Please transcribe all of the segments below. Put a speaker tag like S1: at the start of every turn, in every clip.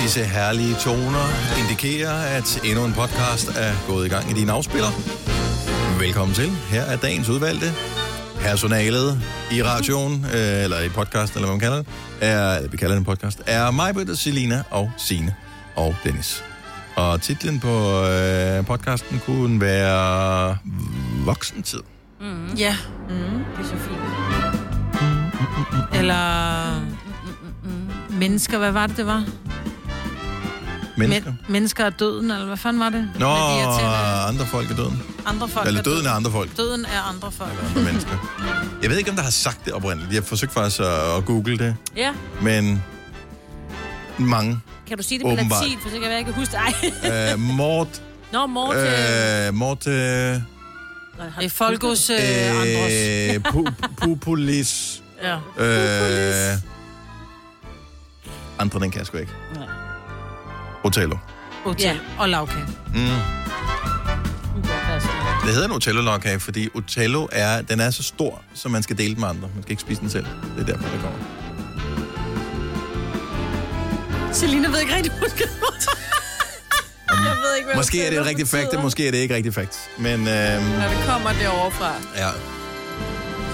S1: Disse herlige toner indikerer, at endnu en podcast er gået i gang i din afspiller. Velkommen til. Her er dagens udvalgte. Personalet i radioen, øh, eller i podcast, eller hvad man kalder det, er, eller vi kalder det en podcast, er mig, Selina og Sine og Dennis. Og titlen på øh, podcasten kunne være Voksentid.
S2: Mm. Ja. Mm. Det er så fint. Eller... Mm, mm, mm. Mennesker, hvad var det, det var?
S1: Mennesker.
S2: Men, mennesker er døden, eller hvad fanden var det?
S1: Nå,
S2: Med de her tænder.
S1: andre folk er døden.
S2: andre folk
S1: Eller døden er andre folk.
S2: Døden er andre folk.
S1: For mennesker. Jeg ved ikke, om der har sagt det oprindeligt. Jeg forsøgte faktisk at, at google det,
S3: Ja.
S1: men mange.
S3: Kan du sige det på
S1: Åbenbart.
S3: latin, for så kan jeg ikke huske det. Ej.
S1: Øh, Mort...
S3: Nå, Morte.
S1: Øh, Mort... Øh,
S2: I Folkos øh, andres.
S1: øh, pu- Populis...
S2: Ja.
S1: Øh, andre, den kan jeg sgu ikke.
S3: Nej.
S1: Otello.
S2: Hotel og lavkage.
S1: Mm. Det hedder en Otello-logkage, fordi Otello er, den er så stor, så man skal dele den med andre. Man skal ikke spise den selv. Det er derfor, det kommer.
S3: Selina ved ikke rigtig, huske det. Jeg ved ikke, hvad
S1: Måske er det et rigtigt fact, og måske er det ikke rigtigt fact. Men øhm,
S4: Når det kommer derovre fra.
S1: ja.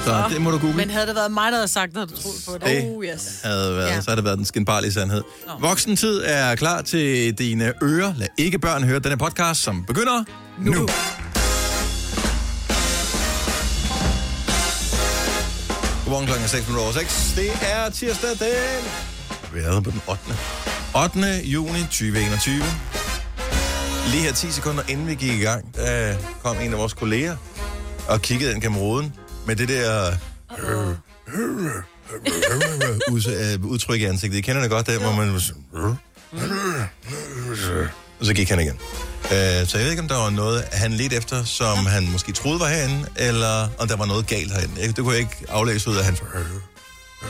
S1: Så det må du google.
S2: Men havde det været mig, der havde sagt, når du troede på det?
S1: Det
S4: Oh, yes.
S1: havde været,
S2: Ja.
S1: ja. så havde det været den skinbarlige sandhed. Voksentid er klar til dine ører. Lad ikke børn høre denne podcast, som begynder nu. nu. Godmorgen klokken er 6 minutter over 6. Det er tirsdag den... Vi er på den 8. 8. juni 2021. Lige her 10 sekunder inden vi gik i gang, der kom en af vores kolleger og kiggede ind gennem roden med det der ud- øh, udtryk i ansigtet. I kender det godt, der hvor man... var sådan, Mm. Og så gik han igen. Øh, Så jeg ved ikke, om der var noget, han lidt efter, som han måske troede var herinde, eller om der var noget galt herinde. Jeg- Det kunne jeg ikke aflæse ud af hans...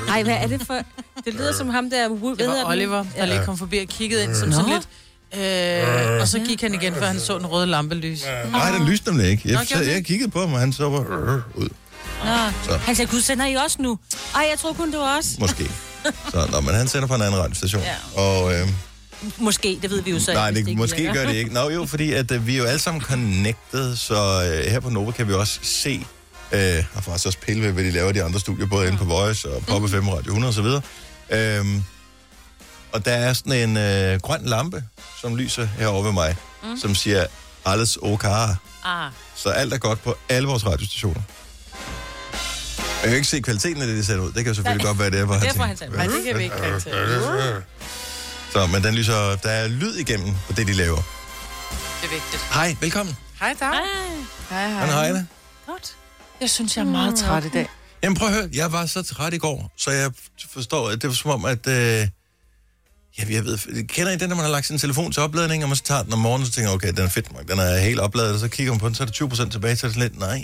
S3: Nej, hvad er det for... Det lyder som ham der... Hvad
S2: Det
S3: hedder
S2: var
S3: den?
S2: Oliver, der lige kom forbi og kiggede ind som sådan lidt. Øh, og så gik han igen, før han så den røde lampelys.
S1: Nej, den lyste nemlig ikke. Jeg,
S2: Nå,
S1: så,
S2: gjorde den
S1: jeg kiggede på ham, og han så var Øh, ud.
S3: Nå. Han sagde, gud, sender I også nu? Ej, jeg tror kun, det var os.
S1: Måske. Så, nå, men han sender på en anden radiostation. Og, øh,
S3: Måske, det ved vi jo så
S1: nej,
S3: hvis
S1: det, måske
S3: virker.
S1: gør det ikke. Nå jo, fordi at, øh, vi er jo alle sammen connected, så øh, her på Nova kan vi også se, øh, og faktisk også pille ved, hvad de laver i de andre studier, både inde på Voice og Pop FM Radio 100 osv. Øhm, og der er sådan en øh, grøn lampe, som lyser herovre ved mig, mm. som siger, alles okay.
S3: Ah,
S1: Så alt er godt på alle vores radiostationer. Jeg kan jo ikke se kvaliteten af det, de sætter ud. Det kan jo selvfølgelig godt være, det er, hvor
S3: derfor han
S1: han
S3: sagde,
S1: tænker. "Øh,
S4: Nej, det kan vi ikke karaktere.
S1: Så, men den lyser, der er lyd igennem på det, de laver.
S4: Det er vigtigt.
S1: Hej, velkommen.
S4: Hej, dag. Hej, hej.
S1: Hvordan har I det?
S3: godt.
S2: Jeg synes, jeg er meget træt i dag.
S1: Jamen prøv at høre, jeg var så træt i går, så jeg forstår, at det var som om, at... Øh, ja, jeg ved, kender I den, når man har lagt sin telefon til opladning, og man så tager den om morgenen, så tænker jeg, okay, den er fedt nok, den er helt opladet, og så kigger man på den, så er der 20% tilbage, så er det sådan lidt, nej.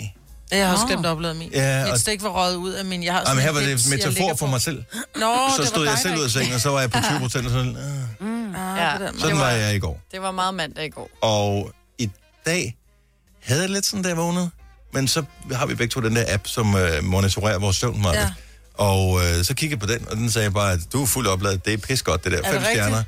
S2: Jeg har også glemt at opleve min.
S1: Ja,
S2: Mit
S1: og-
S2: stik var røget ud af min. Jeg har sådan
S1: Jamen, her
S2: en
S1: var det
S2: dims,
S1: en
S2: jeg ligger
S1: metafor for
S2: på.
S1: mig selv.
S2: Nå,
S1: Så
S2: det
S1: stod
S2: var
S1: jeg selv ud af sengen, og så var jeg på 20%, og sådan, øh,
S4: Mm.
S3: Ah,
S4: Ja,
S1: sådan var jeg i går.
S4: det var meget mandag i går.
S1: Og i dag havde jeg lidt sådan, da jeg vågnede. Men så har vi begge to den der app, som øh, monitorerer vores søvnmarked. Ja.
S2: Ja.
S1: Og øh, så kiggede jeg på den, og den sagde bare, at du er fuldt opladet. Det er pis godt, det der.
S2: det
S1: Fem
S2: rigtigt?
S1: stjerner.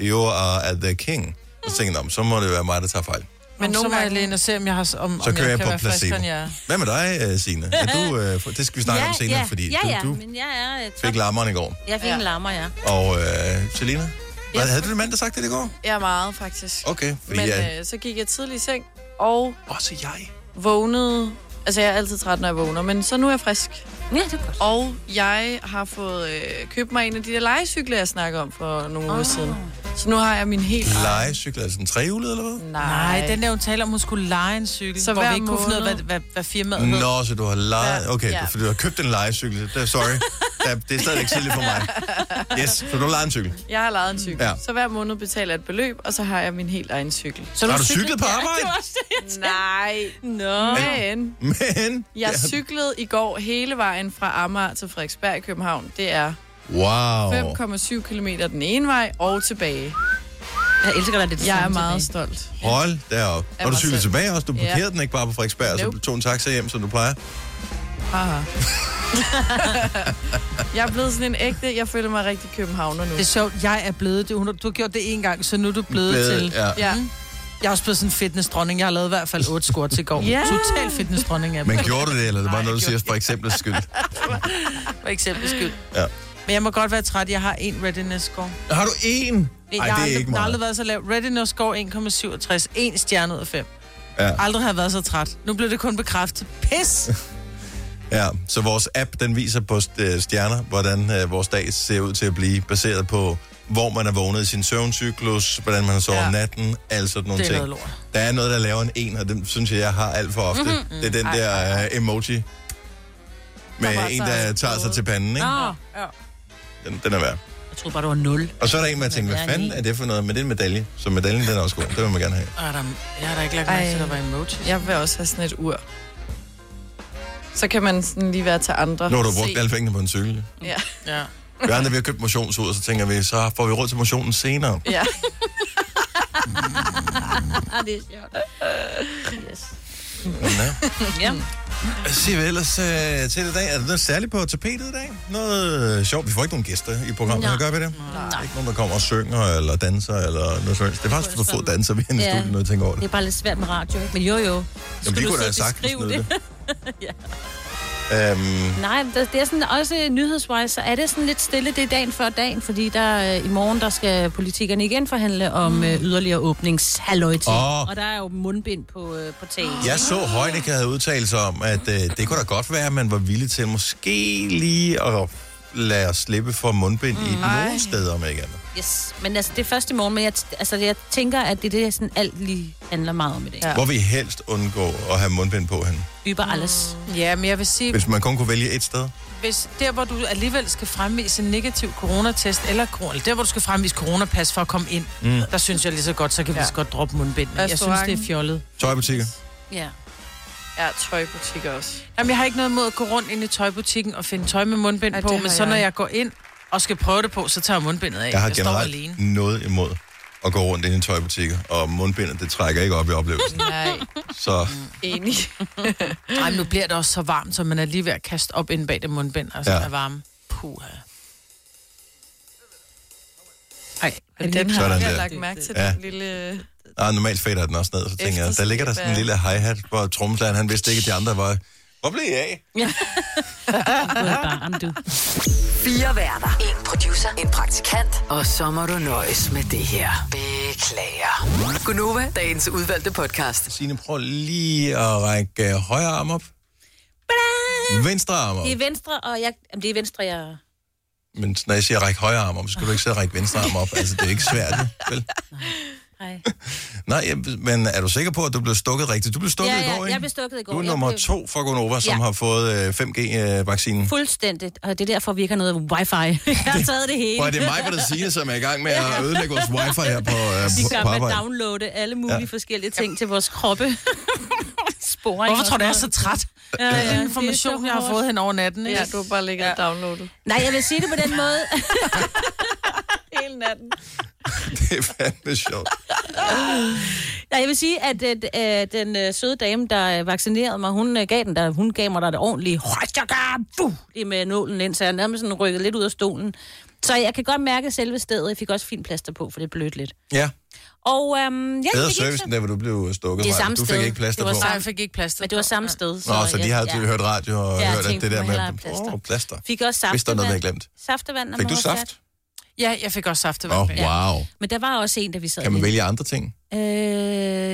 S1: You are at the king. Og så tænkte jeg, "Nå, men så må det være mig, der tager fejl.
S2: Men nogle gange alene og se, om jeg har... Om,
S1: Så
S2: om
S1: kører jeg,
S2: kan
S1: på
S2: være friskere,
S1: placebo.
S2: end jeg er.
S1: Hvad med dig, øh, Signe? Er du, øh, for- det skal vi snakke om senere,
S3: ja,
S1: fordi
S3: ja, ja,
S1: du, du
S3: men jeg er... øh, Top.
S1: fik lammeren i går.
S3: Jeg fik
S4: Ja.
S3: en lammer, ja.
S1: Og øh, Selina? Ja. Havde du en mand, der sagt det i går?
S4: Ja, meget faktisk.
S1: Okay, fordi
S4: Men
S1: jeg...
S4: øh, så gik jeg tidlig i seng og
S1: Også jeg.
S4: vågnede. Altså, jeg er altid træt, når jeg vågner, men så nu er jeg frisk.
S3: Ja, det er godt.
S4: Og jeg har fået øh, købt mig en af de der legecykler, jeg snakker om for nogle
S3: Ah.
S4: uger siden. Så nu har jeg min helt...
S1: Legecykler, altså en trehjulet eller hvad?
S4: Nej,
S2: Nej, den der, hun taler om, hun skulle lege en cykel,
S4: Så
S2: så hvor vi
S4: hver
S2: ikke måned. kunne finde ud af, hvad,
S4: måned-
S2: hvad, hvad firmaet hed.
S1: Nå, så du har lejet...
S4: Ja.
S1: Okay,
S4: Ja.
S1: du, for du har købt en lejecykel. Det, sorry. Der, det er stadig ikke tidligt for mig. Yes, så du har lejet en cykel.
S4: jeg har lejet en cykel.
S1: Ja.
S4: Ja. Så hver måned betaler jeg et beløb, og så har jeg min helt egen cykel.
S2: Så
S1: Har du cyklet på arbejde?
S4: Nej.
S3: Nå.
S4: Men
S1: Men...
S4: jeg cyklede i går hele vejen fra Amager til Frederiksberg i København. Det er
S1: Wow.
S4: 5,7 km den ene vej og tilbage.
S3: Jeg elsker dig lidt.
S4: Jeg er meget stolt.
S1: Hold da op.
S4: Af
S1: Når du
S4: mig
S1: cyklede
S4: selv.
S1: tilbage også, du parkerede
S4: Ja.
S1: den ikke bare på Frederiksberg, og så
S4: Nope.
S1: tog en taxa hjem, som du plejer.
S4: Aha. jeg er blevet sådan en ægte, jeg føler mig rigtig københavner nu.
S5: Det er sjovt, jeg er blevet det. Hun- Du har gjort det en gang, så nu er du blevet,
S1: Blevet,
S5: til.
S1: ja.
S4: Ja.
S5: Mm. Jeg er også blevet sådan en fitnessdronning. Jeg har lavet i hvert fald otte skur til i går.
S4: Ja.
S5: Total fitnessdronning af dem.
S1: Men gjorde du det, eller det var
S5: Nej,
S1: noget, du
S5: jeg
S1: siger for eksempel skyld?
S5: For eksempel skyld.
S1: Ja.
S5: Men jeg må godt være træt. Jeg har en readiness score.
S1: Har du en?
S5: Jeg
S1: Ej,
S5: har
S1: det
S5: aldrig,
S1: er ikke
S5: der har aldrig
S1: meget.
S5: været så lav. Readiness score 1,67. En stjerne ud af fem.
S1: Ja.
S5: Aldrig har jeg været så træt. Nu blev det kun bekræftet. Pis!
S1: Ja, så vores app, den viser på st- øh, stjerner, hvordan øh, vores dag ser ud til at blive, baseret på, hvor man er vågnet i sin søvncyklus, hvordan man har sovet
S5: Ja.
S1: om natten, alt sådan nogle
S5: Det er
S1: ting.
S5: noget lort. Mhm.
S1: Der er noget, der laver en en, og den synes jeg, jeg har alt for ofte. Mm-hmm. Det er den der øh, emoji med
S4: Der
S1: der
S4: bare
S1: en,
S4: tager
S1: der
S4: sig
S1: tager sig
S4: noget.
S1: til panden, ikke?
S5: Nå,
S1: Den, den er værd.
S5: jeg troede bare, det var 0.
S1: Og så er der en, man tænker,
S5: er
S1: hvad
S5: en
S1: fanden er det for noget? Men det er en medalje, så medaljen den er også god. Det vil man gerne have.
S5: Og er der, jeg har da ikke lagt mærke til, at der var
S4: Ej.
S5: emojis.
S4: Jeg vil også have sådan et ur. Så kan man sådan lige være til andre.
S1: Nu har du brugt
S4: Se.
S1: alle pengene på en cykel.
S4: Ja.
S5: Ja.
S1: Vi andre, vi har købt motionsud, og så tænker vi, så får vi råd til motionen senere.
S4: ja.
S3: det er sjovt. Yes.
S1: Ja.
S3: Ja.
S1: Sig vi ellers øh, til i dag. Er der noget særligt på tapetet i dag? Noget øh, sjovt? Vi får ikke nogen gæster i programmet, så
S3: Nej.
S1: gør vi det. Der er Ikke nogen, der kommer og synger, eller danser, eller noget sådan. Det er faktisk for få danser, vi har i
S3: Ja.
S1: studiet, når jeg tænker over
S3: Det
S1: det.
S3: er bare lidt svært med radio, ikke? Men jo, jo.
S1: Jamen,
S3: Skulle
S1: vi
S3: du
S1: kunne da
S3: så
S1: have sagt
S3: beskrive
S1: noget.
S3: det?
S1: ja. øhm,
S3: Nej, men der- det er sådan også nyhedswise, så er det sådan lidt stille, det er dagen før dagen, fordi der øh, i morgen, der skal politikerne igen forhandle om mm. yderligere åbningshalløj til.
S1: Åh.
S3: Og der er jo mundbind på, øh, på taget.
S1: jeg så Højnække havde udtalt sig om, at øh, det kunne da godt være, at man var villig til måske lige at lade os slippe for mundbind
S3: Mm,
S1: i nogle steder, om ikke andet.
S3: Yes. Men altså, det er først i morgen, men jeg, t- altså, jeg tænker, at det er det, sådan alt lige handler meget om i dag. Ja.
S4: Ja.
S1: Hvor vi helst undgå at have mundbind på henne.
S3: Yber alles.
S5: ja, men Mm. jeg vil sige,
S1: Hvis man kun kunne vælge et sted.
S5: hvis der, hvor du alligevel skal fremvise en negativ coronatest, eller kor- eller der, hvor du skal fremvise coronapas for at komme ind, mm. der synes jeg lige så godt, så kan vi
S4: Ja.
S5: så godt droppe mundbindene. Jeg synes,
S4: Restauranten.
S5: det er fjollet.
S1: Tøjbutikker.
S3: Ja.
S4: Ja, tøjbutikker også.
S5: Jamen, jeg har ikke noget imod at gå rundt ind i tøjbutikken og finde tøj med mundbind
S4: Ej,
S5: på,
S4: det har
S5: men så når
S4: jeg.
S5: jeg går ind og skal prøve det på, så tager jeg mundbindet af.
S1: Jeg har
S5: står alene.
S1: generelt noget imod at gå rundt ind i tøjbutikker, og mundbindet, det trækker ikke op i oplevelsen.
S4: Nej,
S1: Så
S4: enig.
S5: Ej, men nu bliver det også så varmt, så man er lige ved at kaste op ind bag det mundbind, altså
S1: Ja.
S5: ja. er varme. Puha. Ej,
S4: Men den har
S1: Sådan
S4: jeg
S1: der.
S4: lagt mærke til,
S1: Ja.
S4: den lille...
S1: nej, normalt fader den også ned, så tænker jeg, der ligger der sådan en lille hi-hat, hvor tromslageren, han vidste ikke, at de andre var... Hvor blev jeg af?
S3: Du er barn, du.
S6: Fire værter. En producer. En praktikant. Og så må du nøjes med det her. Beklager. Gunova, dagens udvalgte podcast.
S1: Signe, prøv lige at række øh, højre arm op. Venstre arm op.
S3: Det er venstre, og jeg... Jamen, det er venstre, jeg...
S1: Men når jeg siger række højre arm op, så skal du ikke sidde og række venstre arm op. Altså, det er ikke svært, vel?
S3: Hej.
S1: Nej, jeg- men er du sikker på, at du blev stukket rigtigt? Du blev stukket
S3: Ja,
S1: i
S3: ja,
S1: går, ikke?
S3: jeg blev stukket i går.
S1: Du er
S3: Jeg
S1: nummer
S3: blev-
S1: to for Gonova, som
S3: Ja.
S1: har fået øh, 5G-vaccinen.
S3: Fuldstændigt. Og det er derfor, vi ikke har noget wifi. jeg har taget det hele.
S1: Og det er mig, der siger, som er i gang med at ødelægge vores wifi her på, øh,
S3: Vi
S1: på,
S3: gør med at
S1: på arbejde.
S3: downloade alle mulige ja. forskellige ting til vores kroppe. Sporing.
S5: Hvorfor
S3: og
S5: tror du, jeg er
S3: sådan
S5: så træt? Ja,
S3: ja.
S5: ja. information,
S3: Det er
S5: jeg
S3: så
S5: har fået hen over natten.
S4: Ja,
S5: Ja,
S4: du har bare ligget og downloadet.
S3: noget. Nej, jeg vil sige det på den måde.
S4: Hele natten.
S1: Det er fandme sjovt.
S3: Nej, jeg vil sige, at øh, øh, den øh, søde dame, der øh, vaccinerede mig, hun øh, gav den der, hun gav mig der det ordentlige højtjakker, buh, lige med nålen ind, så jeg nærmest sådan rykkede lidt ud af stolen. Så jeg kan godt mærke selve stedet. Jeg fik også fint plaster på, for det blødt lidt.
S1: Ja,
S3: Og øhm, ja,
S1: bedre
S3: det gik
S1: service
S3: så-
S1: end der, hvor du blev stukket.
S3: Det er
S1: Maja.
S3: samme
S1: du fik
S3: sted.
S1: ikke plaster
S3: Det
S1: på.
S3: var
S5: Nej, jeg fik ikke plads.
S3: Men det var samme sted. Så,
S1: Nå, så de
S3: jeg-
S1: har tydeligt hørt radio og
S3: Ja, jeg
S1: hørt, at
S3: tænkte,
S1: det der
S3: man hellere have
S1: med
S3: plaster.
S1: åh, plaster.
S3: Fik også saftevand.
S1: Hvis der er noget, vi har glemt.
S3: Saftevand. når
S1: Fik
S3: man
S1: du
S3: var
S1: saft?
S3: sat.
S5: Ja, jeg fik også saft.
S1: Åh,
S5: Oh, ja.
S1: wow.
S3: Men der var også en, der vi sad
S1: Kan man
S3: i.
S1: vælge andre ting?
S3: Øh,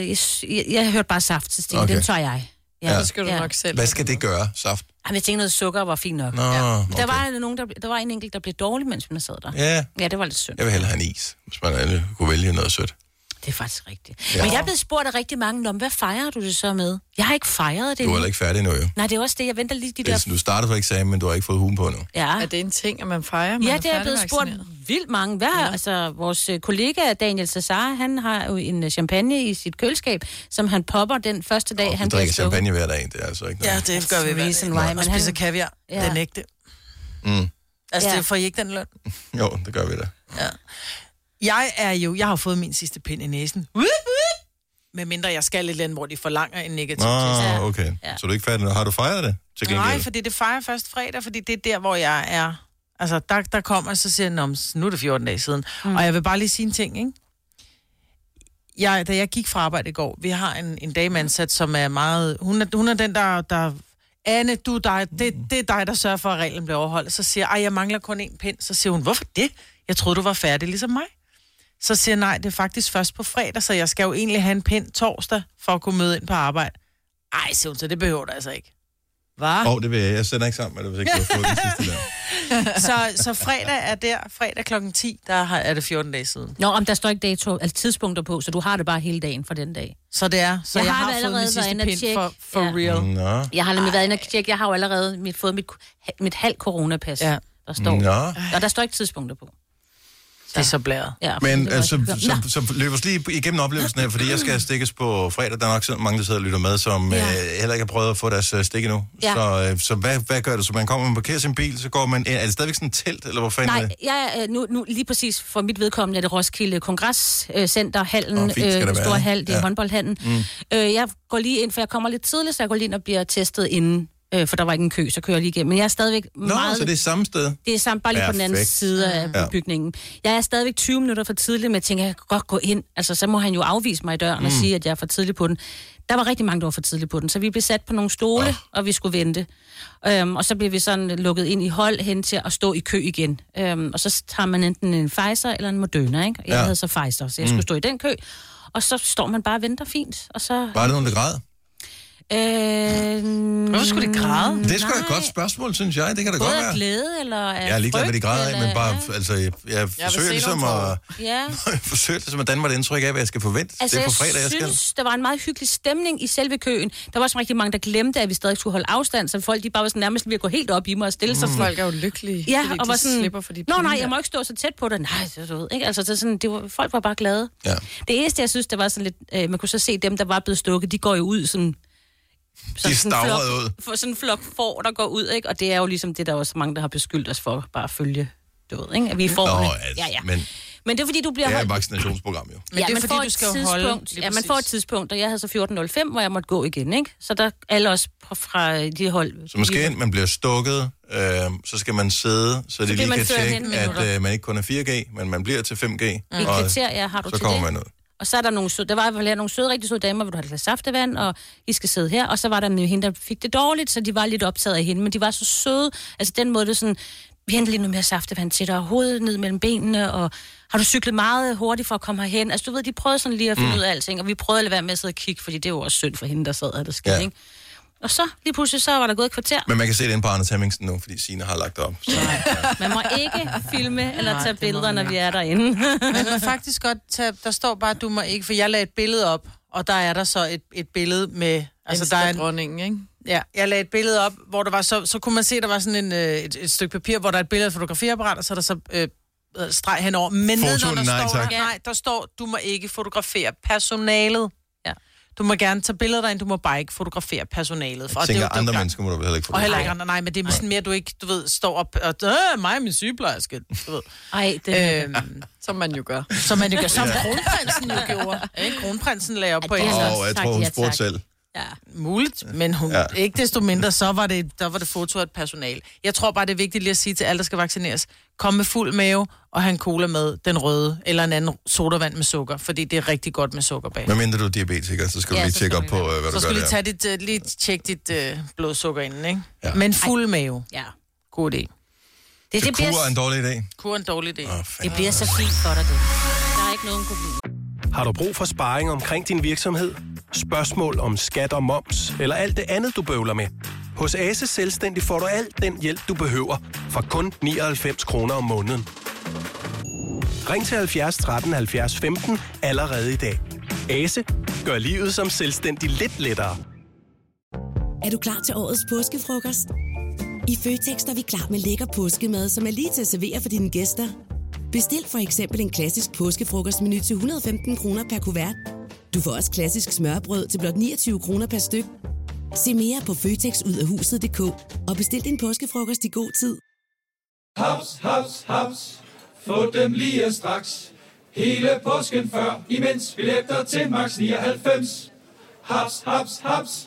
S3: jeg, sy- jeg, jeg hørte bare saft, så tænkte,
S1: Okay.
S3: okay. den tager jeg. Ja.
S1: Ja.
S3: ja.
S4: Så skal du nok selv.
S1: Hvad skal det gøre, saft?
S3: Jamen, jeg tænkte, noget sukker var fint nok.
S1: Nå, okay.
S3: Okay. Der, var nogen, der, der var en enkelt, der blev dårlig, mens man sad der. Ja,
S1: Ja,
S3: ja det var lidt synd.
S1: jeg vil hellere have en is, hvis man alle kunne vælge noget sødt.
S3: Det er faktisk rigtigt. Ja. Men jeg er blevet spurgt af rigtig mange, "Nå, men hvad fejrer du det så med? Jeg har ikke fejret det.
S1: Du er
S3: endnu.
S1: heller ikke færdig endnu, jo.
S3: Nej, det er også det. Jeg venter lige de
S1: Det er,
S3: der...
S1: sådan, du startede på eksamen, men du har ikke fået hugen på endnu.
S3: Ja.
S4: Er det en ting, at man fejrer? Man
S3: Ja, det er jeg blevet spurgt
S4: færdigvaccineret?
S3: vildt mange. Hvad, ja. altså, vores øh, kollega Daniel Cesar, han har jo en øh, champagne i sit køleskab, som han popper den første dag,
S1: Og
S3: han
S1: vi
S3: bliver
S1: drikker
S3: stukket.
S1: champagne hver dag, det er altså ikke noget.
S5: Ja, det gør vi hver
S3: Reason
S5: dag.
S3: why,
S5: Og
S3: men
S5: spiser
S3: han-
S5: kaviar.
S3: Ja.
S5: Den ægte.
S1: Mm.
S5: Altså,
S3: Ja.
S5: det får I ikke den løn.
S1: Jo, det gør vi da.
S5: Jeg er jo, jeg har fået min sidste pind i næsen. Wup, wup. Medmindre jeg skal et eller andet, hvor de forlanger en negativ test.
S1: Nå, okay. Så du er ikke færdig nu. Har du fejret det til gengæld?
S5: Nej, fordi det fejrer først fredag, fordi det er der, hvor jeg er. Altså, der, der kommer, så siger jeg, "Nå, men nu er det 14 dage siden. Mm. Og jeg vil bare lige sige en ting, ikke? Jeg, da jeg gik fra arbejde i går, vi har en, en dameansat, som er meget... Hun er, hun er den, der, der... Anne, du er dig, det, det er dig, der sørger for, at reglen bliver overholdt. Så siger jeg, "Ej, jeg mangler kun én pind. Så siger hun, hvorfor det? Jeg troede, du var færdig ligesom mig. Så siger jeg, nej, det er faktisk først på fredag, så jeg skal jo egentlig have en pind torsdag for at kunne møde ind på arbejde. Ej, siger hun, så det behøver du altså ikke. Hvad?
S1: Åh, oh, det vil jeg. Jeg sender ikke sammen med det, hvis ikke du har fået den sidste der.
S5: så, så fredag er der, fredag klokken 10, der har- er det 14 dage siden.
S3: Nå, om der står ikke dato, altså tidspunkter på, så du har det bare hele dagen for den dag.
S5: Så det er, så jeg, jeg har, har fået min sidste
S3: inde og
S5: pind
S3: tjekke.
S5: for, for
S3: Ja.
S5: ja. real.
S1: Nå.
S3: Jeg har nemlig været inde og tjekke. Jeg har jo allerede mit, fået mit, mit halv coronapas, ja.
S5: Ja.
S3: der står.
S1: Nå.
S3: Og der står ikke tidspunkter på.
S5: Det er så blæret.
S3: Ja,
S1: Men
S3: det var
S1: altså,
S3: ikke- Nå.
S1: så, så, så løb os lige igennem oplevelsen her, fordi jeg skal stikkes på fredag. Der er nok sådan mange, der sidder og lytter med, som ja. øh, heller ikke har prøvet at få deres øh, stik endnu.
S3: Ja.
S1: Så, øh, så hvad, hvad gør du? Så man kommer, man parkerer sin bil, så går man ind. Er det stadigvæk sådan et telt, eller hvor fanden er
S3: Nej,
S1: det?
S3: jeg, er, øh, nu, nu lige præcis for mit vedkommende er det Roskilde Kongresscenter, hallen,
S1: Åh,
S3: oh,
S1: fint skal det være,
S3: store
S1: ikke?
S3: hal, det er
S1: Ja.
S3: ja. håndboldhallen. Mm. Øh, jeg går lige ind, for jeg kommer lidt tidligt, så jeg går lige ind og bliver testet inden, øh, for der var ikke en kø, så kører jeg lige igennem. Men jeg er stadigvæk
S1: Nå,
S3: meget...
S1: så det er samme sted.
S3: Det er samt bare lige på den anden
S1: Perfekt.
S3: side af
S1: Ja.
S3: ja. bygningen. Jeg er stadigvæk 20 minutter for tidlig, men jeg tænker, jeg kan godt gå ind. Altså, så må han jo afvise mig i døren mm. og sige, at jeg er for tidlig på den. Der var rigtig mange, der var for tidlig på den, så vi blev sat på nogle stole, oh. og vi skulle vente. Øhm, og så blev vi sådan lukket ind i hold hen til at stå i kø igen. Øhm, og så tager man enten en Pfizer eller en Moderna, ikke? Jeg
S1: Ja. Mm.
S3: ja. havde så Pfizer, så jeg skulle stå i den kø. Og så står man bare og venter fint, og så...
S1: Var det nogen, der græd?
S3: Mm. Øh,
S5: Hvorfor skulle de græde?
S1: Det er sgu da et godt spørgsmål, synes jeg. Det kan da godt
S3: både af
S1: være.
S3: glæde, eller af
S1: Jeg er ligeglad med, de
S3: frygt,
S1: græder af,
S3: eller-
S1: men bare, altså, jeg, jeg forsøger
S4: se
S1: ligesom
S4: nogle
S1: at...
S3: Ja. ja.
S1: Jeg forsøger ligesom at danne mig et indtryk af, hvad jeg skal forvente. Altså, det er på fredag, jeg
S3: jeg
S1: skal.
S3: synes, der var en meget hyggelig stemning i selve køen. Der var også rigtig mange, der glemte, at vi stadig skulle holde afstand, så folk de bare var sådan nærmest ved at gå helt op i mig og stille sig sådan.
S4: Mm. Folk er jo lykkelige,
S3: Ja,
S4: fordi
S3: og
S4: de
S3: var sådan,
S4: slipper for de
S3: Nå
S4: pinde
S3: nej,
S4: der."
S3: jeg må ikke stå så tæt på dig. Nej, så du ved, ikke? Altså, så sådan, det var, folk var bare glade.
S1: Ja.
S3: Det eneste, jeg synes, der var sådan lidt... Øh, man kunne så se dem, der var blevet stukket, de går jo ud sådan...
S1: De
S3: sådan en flok-
S1: stavrede ud.
S3: For sådan en flok får, der går ud, ikke? Og det er jo ligesom det, der var så mange, der har beskyldt os for bare at følge, du ved, ikke? At vi får
S1: Nå, altså,
S3: ja, ja.
S1: men
S3: Men det er fordi, du bliver
S1: det er
S3: holdt
S1: et vaccinationsprogram jo.
S5: Men det er
S3: man
S5: fordi,
S3: får
S5: du
S3: et
S5: skal jo
S3: tidspunkt-
S5: holde- lige
S3: Ja, man får et
S5: præcis.
S3: tidspunkt, og jeg havde så 14.05, hvor jeg måtte gå igen, ikke? Så der alle os fra- fra de hold...
S1: Så man skal ind, man bliver stukket, øh, så skal man sidde, så, de
S3: bliver
S1: lige
S3: man
S1: kan
S3: ført
S1: tjekke,
S3: hen
S1: at
S3: minutter.
S1: øh, man ikke kun er 4G, men man bliver til 5G,
S3: I
S1: og
S3: kriterier har du
S1: så
S3: til
S1: kommer
S3: det.
S1: man ud.
S3: Og så er der nogle søde, der var i hvert fald nogle søde, rigtig søde damer, hvor du har et glas saftevand, og I skal sidde her. Og så var der med hende, der fik det dårligt, så de var lidt optaget af hende, men de var så søde. Altså den måde, det sådan, vi henter lige noget mere saftevand til dig, og hovedet ned mellem benene, og har du cyklet meget hurtigt for at komme herhen? Altså du ved, de prøvede sådan lige at finde mm. ud af alting, og vi prøvede at lade være med at sidde og kigge, fordi det var også synd for hende, der sad og havde det skidt,
S1: Ja.
S3: ja. ikke? Og så lige pludselig, så var der gået et kvarter,
S1: Men man kan se det inde på Anders Hemmingsen nu, fordi Sina har lagt det op. Så,
S3: Man må ikke filme eller tage billeder, når vi er derinde.
S5: Man kan faktisk godt tage, der står bare, du må ikke, for jeg lagde et billede op, og der er der så et, et billede med, altså der er en,
S4: dronningen, ikke?
S5: ja, jeg lagde et billede op, hvor der var så, så kunne man se, der var sådan en, øh, et, et stykke papir, hvor der er et billede af et fotografiapparat, og så er der så øh, øh, streg henover. Men
S1: Foto,
S5: nedenunder
S1: nej,
S5: står
S1: tak.
S5: der, nej, der står, du må ikke fotografere personalet. Ja. Du må gerne tage billeder derind, du må bare ikke fotografere personalet. For,
S1: jeg
S5: og det er
S1: tænker,
S5: jo dumt
S1: andre
S5: nok.
S1: mennesker må du vel heller ikke få
S5: Og heller ikke andre, nej, men det er sådan mere, du ikke, du ved, står op og, øh, mig og min sygeplejerske, du ved.
S3: Ej, det er
S5: Øhm,
S4: Som man jo gør.
S5: som man jo gør, som kronprinsen jo gjorde. Ikke? Kronprinsen lagde op på
S3: det
S5: en
S3: er så-
S1: Og jeg
S3: Tak,
S1: tror, hun
S3: ja,
S1: spurgte
S3: tak.
S1: selv.
S5: muligt, men hun,
S1: Ja.
S5: ja. ikke desto mindre, så var det, der var det foto af et personal. Jeg tror bare, det er vigtigt lige at sige til alle, der skal vaccineres, kom med fuld mave og have en cola med den røde, eller en anden sodavand med sukker, fordi det er rigtig godt med sukker bag.
S1: Men mindre du er diabetiker, så skal du
S3: Ja,
S1: lige
S3: så
S1: tjekke op
S3: skal
S1: på,
S3: man
S1: øh,
S5: Så
S1: hvad du
S5: skal
S1: gør
S5: du lige,
S1: der.
S5: tage dit, øh, lige tjekke dit øh, blodsukker inden, ikke?
S1: Ja.
S5: Ja. Men fuld mave.
S3: Ja.
S5: God idé.
S3: Det, det,
S1: Så kur er
S3: bliver,
S1: en dårlig idé.
S5: Kur er en dårlig idé.
S1: Åh,
S3: det
S1: fanden.
S3: bliver så fint for dig, det. Der er ikke nogen problem.
S7: Har du brug for sparring omkring din virksomhed? Spørgsmål om skat og moms, eller alt det andet, du bøvler med? Hos Ase Selvstændig får du alt den hjælp, du behøver, for kun 99 kroner om måneden. Ring til 70 13 70 15 allerede i dag. Ase gør livet som selvstændig lidt lettere.
S8: Er du klar til årets påskefrokost? I Føtex er vi klar med lækker påskemad, som er lige til at servere for dine gæster. Bestil for eksempel en klassisk påskefrokostmenu til 115 kroner per kuvert. Du får også klassisk smørbrød til blot 29 kroner per styk. Se mere på føtexudafhuset.dk og bestil din påskefrokost i god tid.
S9: Haps, haps, haps. Få dem lige straks. Hele påsken før, imens billetter til max 99. Haps, haps, haps.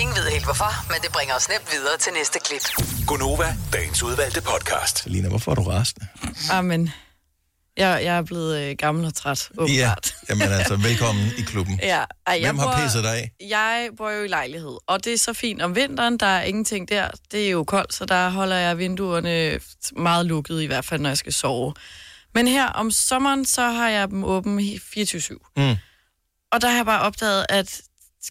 S6: Ingen ved helt hvorfor, men det bringer os nemt videre til næste klip.
S7: Gunova, dagens udvalgte podcast.
S1: Selina, hvorfor er du rasende?
S4: Amen. Ah, Jeg, jeg er blevet øh, gammel og træt.
S1: Ja, jamen altså, velkommen i klubben.
S4: Ja, ej,
S1: Hvem har pisset dig af?
S4: Jeg bor jo i lejlighed, og det er så fint om vinteren. Der er ingenting der. Det er jo koldt, så der holder jeg vinduerne meget lukkede, i hvert fald når jeg skal sove. Men her om sommeren, så har jeg dem åbne he- 24-7.
S1: Mm.
S4: Og der har jeg bare opdaget, at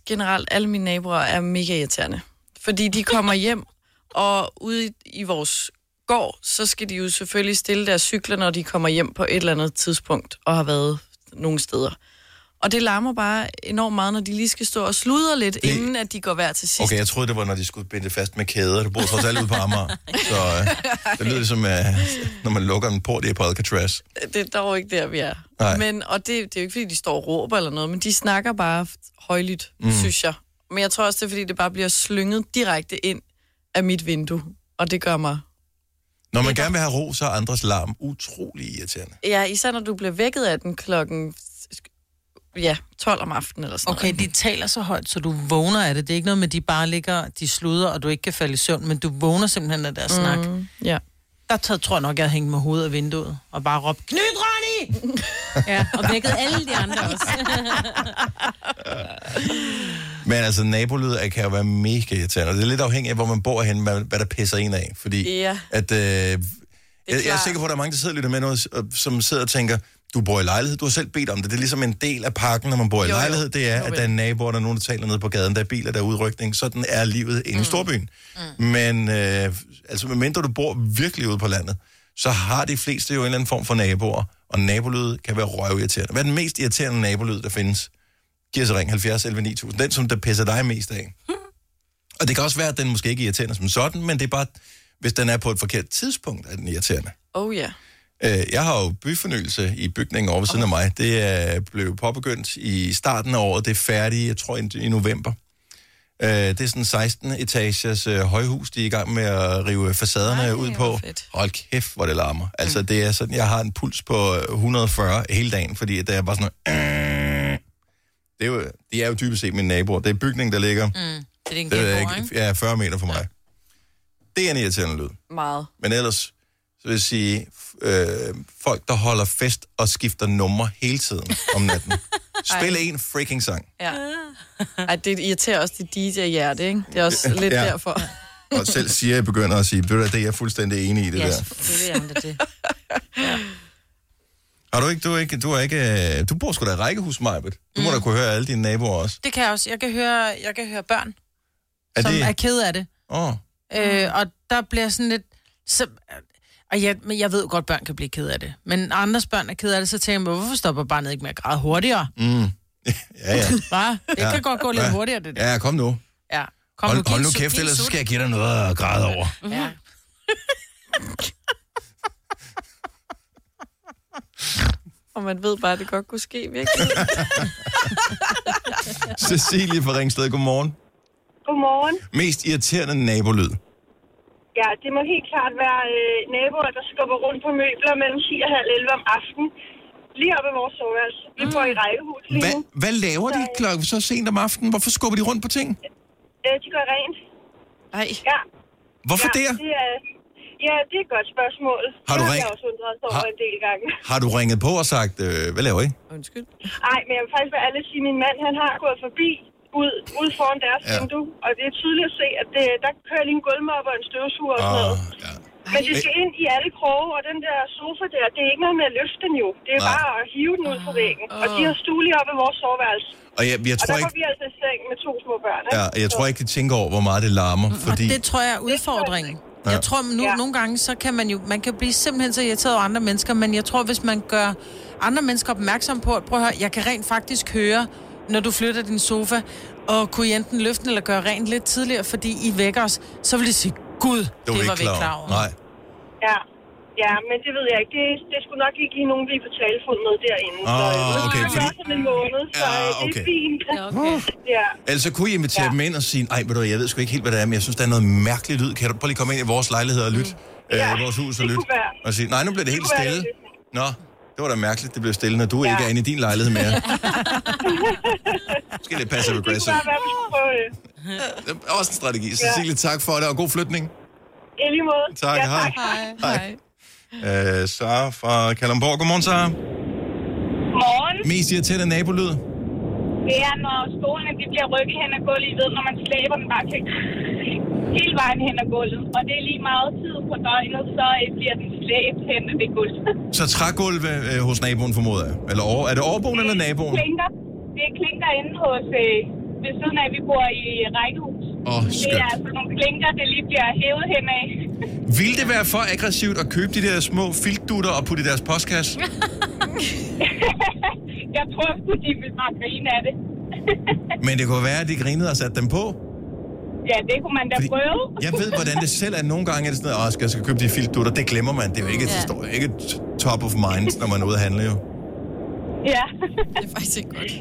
S4: generelt alle mine naboer er mega irriterende. Fordi de kommer hjem, og ude i- i vores gård, så skal de jo selvfølgelig stille deres cykler, når de kommer hjem på et eller andet tidspunkt og har været nogle steder. Og det larmer bare enormt meget, når de lige skal stå og sludre lidt, det... inden at de går hver til sidst.
S1: Okay, jeg troede, det var, når de skulle binde det fast med kæder. Du bor trods alt ude på Amager. Så øh, det lyder som, øh, når man lukker en port i på Alcatraz.
S4: Øh, Det er dog ikke der, vi er.
S1: Nej.
S4: Men, og det, det er jo ikke, fordi de står og råber eller noget, men de snakker bare højlydt,
S1: Mm.
S4: mm. synes jeg. Men jeg tror også, det er, fordi det bare bliver slynget direkte ind af mit vindue. Og det gør mig...
S1: Når man gerne vil have ro, så er andres larm utrolig irriterende.
S4: Ja, især når du bliver vækket af den klokken ja, 12 om aftenen eller sådan
S5: Okay, de taler så højt, så du vågner af det. Det er ikke noget med, at de bare ligger, de sluder, og du ikke kan falde i søvn, men du vågner simpelthen af deres
S4: Mm,
S5: mm, snak.
S4: Ja.
S5: Der tager, tror jeg nok, jeg hængte med hovedet af vinduet og bare råbte, knyt Ronny!
S3: ja, og vækkede alle de andre også.
S1: Men altså, nabolyd er- kan jo være mega irriterende. Og Det er lidt afhængigt af, hvor man bor hen, hvad, hvad der pisser en af. Fordi
S4: Ja.
S1: at, øh, jeg, jeg er sikker på, at der er mange, der sidder og lytter med noget, og- som sidder og tænker, du bor i lejlighed, du har selv bedt om det. Det er ligesom en del af pakken, når man bor i
S10: Jo, jo.
S1: lejlighed, det er, at der er naboer, der er nogen, der taler ned på gaden, der er biler, der er udrykning. Sådan er livet inde i storbyen. Mm. Men øh, altså, medmindre du bor virkelig ude på landet, så har de fleste jo en eller anden form for naboer, og nabolyd kan være røvirriterende. Hvad er den mest irriterende nabolyd, der findes? Giv os et ring 70 11 9000. Den, som der pisser dig mest af.
S10: Hmm.
S1: Og det kan også være, at den måske ikke er irriterende som sådan, men det er bare, hvis den er på et forkert tidspunkt, er den irriterende.
S4: Oh ja.
S1: Øh, Jeg har jo byfornyelse i bygningen over ved siden af mig. Det er blev påbegyndt i starten af året. Det er færdigt, jeg tror, i i november. Øh, Det er sådan 16 etagers øh, højhus, de er i gang med at rive facaderne ud på. Hold kæft, hvor det larmer. Altså,
S5: Mm.
S1: det er sådan, jeg har en puls på øh, 140 hele dagen, fordi det er bare sådan noget... Det er jo, de er jo dybest set mine naboer. Det er bygningen, der ligger
S5: Mm, det er din
S1: det ved jeg
S5: genboer,
S1: ikke.
S5: ikke?
S1: Ja, 40 meter fra mig. Det er en irriterende lyd.
S4: Meget.
S1: Men ellers, så vil jeg sige, f- øh, folk, der holder fest og skifter numre hele tiden om natten. Spil
S4: Ej.
S1: en freaking sang.
S4: Ja. Ej, det irriterer også dit DJ-hjerte, ikke? Det er også
S1: Ja.
S4: lidt
S1: Ja.
S4: derfor.
S1: Og selv siger jeg begynder at sige, ved du hvad, det er jeg fuldstændig enig i det der.
S4: selvfølgelig er det det.
S1: Har du ikke, du er ikke, du er ikke, øh, du bor sgu da i rækkehus, Majbet. Du
S5: Mm.
S1: må da kunne høre alle dine naboer også.
S5: Det kan jeg også. Jeg kan høre, jeg kan høre børn,
S1: Er
S5: som
S1: det,
S5: er ked af det.
S1: åh, oh,
S5: Øh, og der bliver sådan lidt... Så, og jeg, men jeg ved godt, børn kan blive ked af det. Men når andres børn er ked af det, så tænker jeg, hvorfor stopper barnet ikke med at græde hurtigere?
S1: mm. ja, ja.
S5: Hva? Det
S1: Ja.
S5: kan godt gå lidt
S1: Ja.
S5: hurtigere, det der.
S1: Ja, kom nu.
S5: Ja.
S1: Kom, hold,
S5: giv
S1: hold
S5: en
S1: nu
S5: sut,
S1: kæft,
S5: giv en
S1: ellers så
S5: sut.
S1: skal jeg give dig noget at græde over.
S5: Ja.
S4: Og man ved bare, at det godt kunne ske, virkelig.
S1: Cecilie fra Ringsted, godmorgen.
S11: Godmorgen.
S1: Mest irriterende nabolyd.
S11: Ja, det må helt klart være øh, naboer, der skubber rundt på møbler mellem 10 og halv 11 om aftenen. Lige op ad vores soveværelse. Vi bor i rækkehus lige nu.
S1: Mm. Hvad, hvad laver de klokken så sent om aftenen? Hvorfor skubber de rundt på ting?
S11: Øh, de gør rent.
S4: Nej.
S11: Ja.
S1: Hvorfor
S11: ja,
S1: der?
S11: Det er, ja, det er et godt spørgsmål.
S1: Har du
S11: det
S1: ring-
S11: Jeg også undret os over
S1: Har-
S11: en del gange.
S1: Har du ringet på og sagt, øh, hvad laver I?
S11: Nej, men jeg vil faktisk være ærlig at sige, at min mand han har gået forbi ud, ud foran deres
S1: Ja.
S11: ja. vindue, og det er tydeligt at se, at det, der kører lige en gulvmop og en støvsuger og sådan
S1: Ah,
S11: noget. Men det skal ind i alle kroge, og den der sofa der, det er ikke noget med at løfte den jo. Det er
S1: Nej.
S11: bare at hive den ud fra væggen. Og de har stue lige op i vores soveværelse.
S1: Og jeg, jeg
S11: og
S1: tror
S11: der går
S1: ikke,
S11: vi altså i seng med to små børn.
S5: Mm,
S1: ja, jeg tror ikke, de tænker over, hvor meget det larmer, fordi
S5: Det tror jeg er udfordringen.
S1: Ja.
S5: Jeg tror, nu, ja. nogle gange, så kan man jo, man kan blive simpelthen så irriteret over andre mennesker, men jeg tror, hvis man gør andre mennesker opmærksom på, at prøv at høre, jeg kan rent faktisk høre, når du flytter din sofa, og kunne I enten løfte den eller gøre rent lidt tidligere, fordi I vækker os, så vil de sige, Gud, det, det var vi ikke klar over.
S1: Nej.
S12: Ja. Ja, men det ved jeg ikke. Det, det skulle nok ikke give nogen, vi på talefod med derinde.
S1: Ah,
S12: øh,
S1: okay,
S12: Det er
S1: fordi-
S12: sådan en måned, så
S1: Ah,
S11: øh,
S12: ah, okay. det
S1: okay.
S12: er fint. Ja, okay. ja.
S1: Altså kunne I invitere ja. dem ind og sige, nej, ved du, hvad, jeg ved sgu ikke helt, hvad det er, men jeg synes, der er noget mærkeligt lyd. Kan du prøve lige komme ind i vores lejlighed og lytte? Mm. Ja, øh, vores hus og lytte. Og sige, nej, nu bliver det helt stille. Nå, det var da mærkeligt, det blev stille, når du ja. ikke er inde i din lejlighed mere. Måske lidt passive
S12: Det kunne
S1: aggressive.
S12: bare være, vi skulle prøve det.
S1: Det er også en strategi.
S12: Ja.
S1: Cecilie, tak for det, og god flytning.
S12: I lige måde.
S1: Tak,
S12: ja,
S1: hej. Hej. Øh, Sara fra Kalundborg. Godmorgen, Sara.
S7: Morgen.
S1: Mest irriterende nabolyd.
S7: Det er, når stolene de bliver rykket hen ad gulvet, I ved, når man slæber den bare til hele vejen hen ad gulvet. Og det er lige meget tid på døgnet, så øh, bliver den slæbt hen ad det gulv.
S1: Så trægulve øh, hos naboen, formoder jeg. Eller over, er det overboen eller naboen?
S7: Klinker. Det klinker inde hos, øh, ved siden af, vi bor i øh, rækkehus.
S1: Åh,
S7: det er
S1: skønt.
S7: altså nogle klinker, det lige bliver hævet hen af.
S1: Vil det være for aggressivt at købe de der små filtdutter og putte i deres postkasse?
S7: jeg tror sgu, de vil bare grine af det.
S1: Men det kunne være, at de grinede og satte dem på.
S7: Ja, det kunne man da
S1: Fordi-
S7: prøve.
S1: Jeg ved, hvordan det selv er. Nogle gange er det sådan, at jeg skal købe de filtdutter. Det glemmer man. Det er jo ikke,
S7: Ja.
S1: ja. står ikke t- top of mind, når man er ude at handle. Jo.
S7: Ja. det er faktisk ikke godt.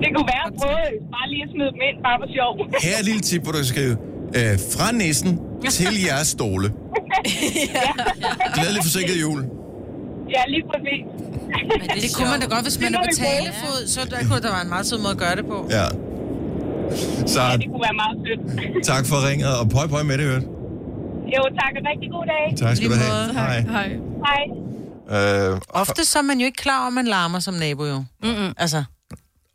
S7: Det kunne være at prøve bare lige at smide dem ind, bare for sjov.
S1: Her er et lille tip, hvor du kan skrive. Øh, fra nissen til jeres stole.
S7: ja.
S1: Glædelig forsinket jul.
S7: ja, lige præcis.
S5: Men det, det kunne man da godt, hvis
S7: Det
S5: man er
S7: må
S5: på
S7: vi prøve.
S5: talefod, så der kunne der være en meget sød måde at gøre det på.
S1: Ja. Så
S7: Det kunne være meget sødt.
S1: tak for ringet, og pøj pøj med det, hørt.
S7: Jo, tak. og Rigtig god dag.
S1: Tak skal Lige du have. måde. Hej.
S5: Hej.
S7: Hej.
S1: Øh,
S5: Ofte så er man jo ikke klar over, at man larmer som nabo jo. Mm-mm. Altså,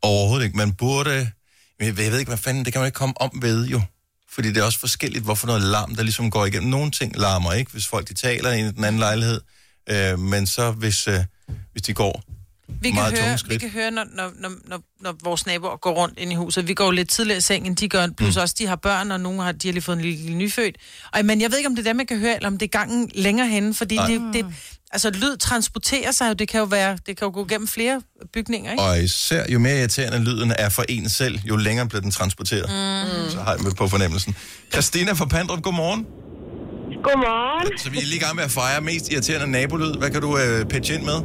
S1: Overhovedet ikke. Man burde... Men Jeg ved jeg ved ikke, hvad fanden... Det kan man ikke komme om ved, jo. Fordi det er også forskelligt, hvorfor noget larm, der ligesom går igennem. Nogle ting larmer ikke, hvis folk de taler i den anden lejlighed. Øh, men så hvis, øh, hvis de går
S5: vi kan,
S1: meget tunge
S5: høre, vi
S1: skridt.
S5: kan høre, når, når, når, når, når vores naboer går rundt ind i huset. Vi går jo lidt tidligere i seng, end de gør. Plus mm. også, de har børn, og nogle har, de har lige fået en lille, lille nyfødt. Og, men jeg ved ikke, om det er dem, jeg kan høre, eller om det er gangen længere henne. Fordi
S1: Nej.
S5: det, det, altså, lyd transporterer sig jo. Det kan jo, være, det kan jo gå gennem flere bygninger, ikke?
S1: Og især jo mere irriterende lyden er for en selv, jo længere bliver den transporteret. Mm. Så har jeg med på fornemmelsen. Christina fra Pandrup, godmorgen.
S13: Godmorgen.
S1: Så vi er lige i gang med at fejre mest irriterende nabolyd. Hvad kan du øh, pitche ind med?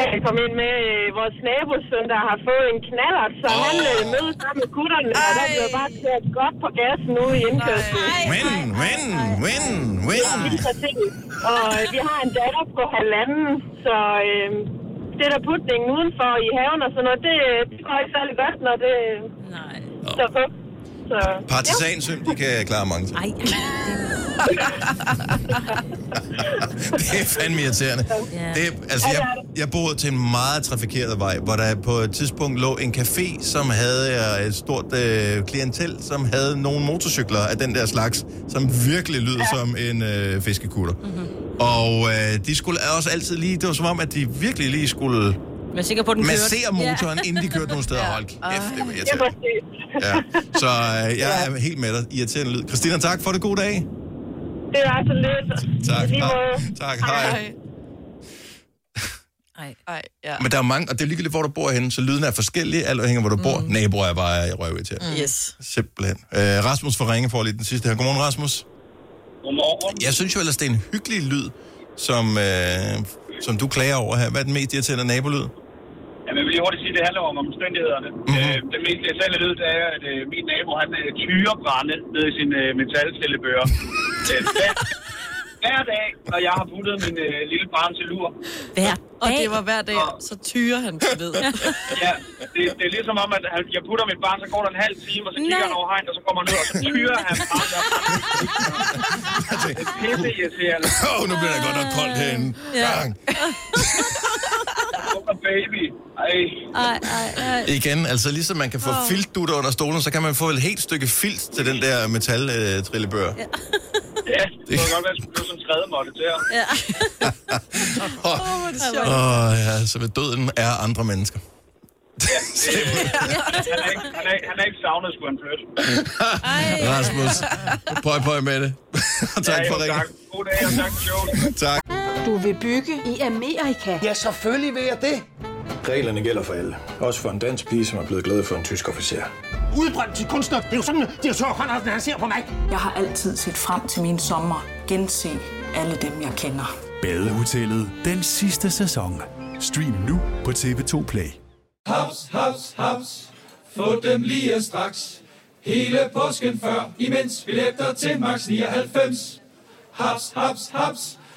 S13: Jeg kan komme ind med øh, vores nabosøn, der har fået en knallert, så oh. han øh, mødes sammen med gutterne, Ej. og der blev bare kørt godt på gassen ude i indkørslen.
S1: Win, win, win,
S13: Ja,
S1: win.
S13: lige præcis. Og øh, vi har en datter på halvanden, så øh, det der putningen udenfor i haven og sådan noget, det, øh, det går ikke særlig godt, når det Nej. står på. Så,
S1: Partisansøm, de kan klare mange ting.
S13: Ej.
S1: Det er fandme irriterende.
S13: Ja.
S1: Det, altså, jeg, jeg boede til en meget trafikeret vej, hvor der på et tidspunkt lå en café, som havde øh, et stort øh, klientel, som havde nogle motorcykler af den der slags, som virkelig lyder ja. som en øh, fiskekutter. Mm-hmm. Og øh, de skulle også altid lige, det var som om, at de virkelig lige skulle
S14: Jeg er sikker på, at den
S1: massere
S14: kørte.
S1: motoren, ja. inden de kørte nogen steder. Hold kæft, det var irriterende.
S13: præcis.
S1: Ja. Så øh, jeg er helt med dig. Irriterende lyd. Christina, tak for det. God dag.
S13: Det var så lidt.
S1: Tak.
S13: Lige
S1: Hej.
S13: måde.
S1: Tak, hej.
S4: Ej. Ej, ja.
S1: Men der er mange, og det er ligegyldigt, hvor du bor henne, så lyden er forskellig, alt afhængig af, hvor du mm. bor. Naboer er bare røv til.
S4: Mm. Yes.
S1: Simpelthen. Øh, Rasmus fra Ringe får lige den sidste her. Godmorgen, Rasmus. Godmorgen. Jeg synes jo ellers, det er en hyggelig lyd, som, øh, som du klager over her. Hvad er den mest irriterende nabolyd?
S15: Jamen, jeg vil lige hurtigt sige, at det handler om omstændighederne. Mm. Øh, det mest irriterende lyd, det er, at øh, min nabo, han øh, tyrer brænde ned i sin øh, metalcellebøger. øh, hver, hver dag, når jeg har puttet min øh, lille barn til lur.
S4: Hver Og det var hver dag, så tyrer han til ved.
S15: Ja, det, det er ligesom om, at han, jeg putter mit barn, så går der en halv time, og så kigger
S4: Nej.
S15: han over hegnet, og så kommer han ned, og så tyrer han bare der. Pisse irriterende.
S1: Åh, oh, nu bliver det godt nok koldt herinde.
S15: Ja.
S1: Bang.
S15: baby. Ej.
S14: Ej, ej, ej.
S1: Igen, altså ligesom man kan få
S14: Åh.
S1: oh. filtdutter under stolen, så kan man få et helt stykke filt til den der metaltrillebør. Øh, ja.
S15: Ja, det kunne godt være, at jeg skulle blive som tredje måtte til her.
S14: Ja.
S1: Åh, oh, ja, så ved døden er andre mennesker.
S15: Ja, det, han, er ikke, han, er, han er ikke savnet, skulle han flytte.
S1: Rasmus, prøv at prøve med det. Og tak
S15: Ja, jo,
S1: for ringen.
S15: tak. God dag, og tak for showet.
S1: Tak.
S16: Du vil bygge i Amerika? Ja, selvfølgelig vil jeg det.
S7: Reglerne gælder for alle. Også for en dansk pige, som er blevet glad for en tysk officer.
S16: Udbrændt til kunstner. Det er jo sådan, at de har Conradsen, han ser på mig. Jeg har altid set frem til min sommer. Gense alle dem, jeg kender.
S17: Badehotellet den sidste sæson. Stream nu på TV2 Play.
S9: Haps, haps, haps. Få dem lige straks. Hele påsken før, imens billetter til max 99. Haps, haps, haps.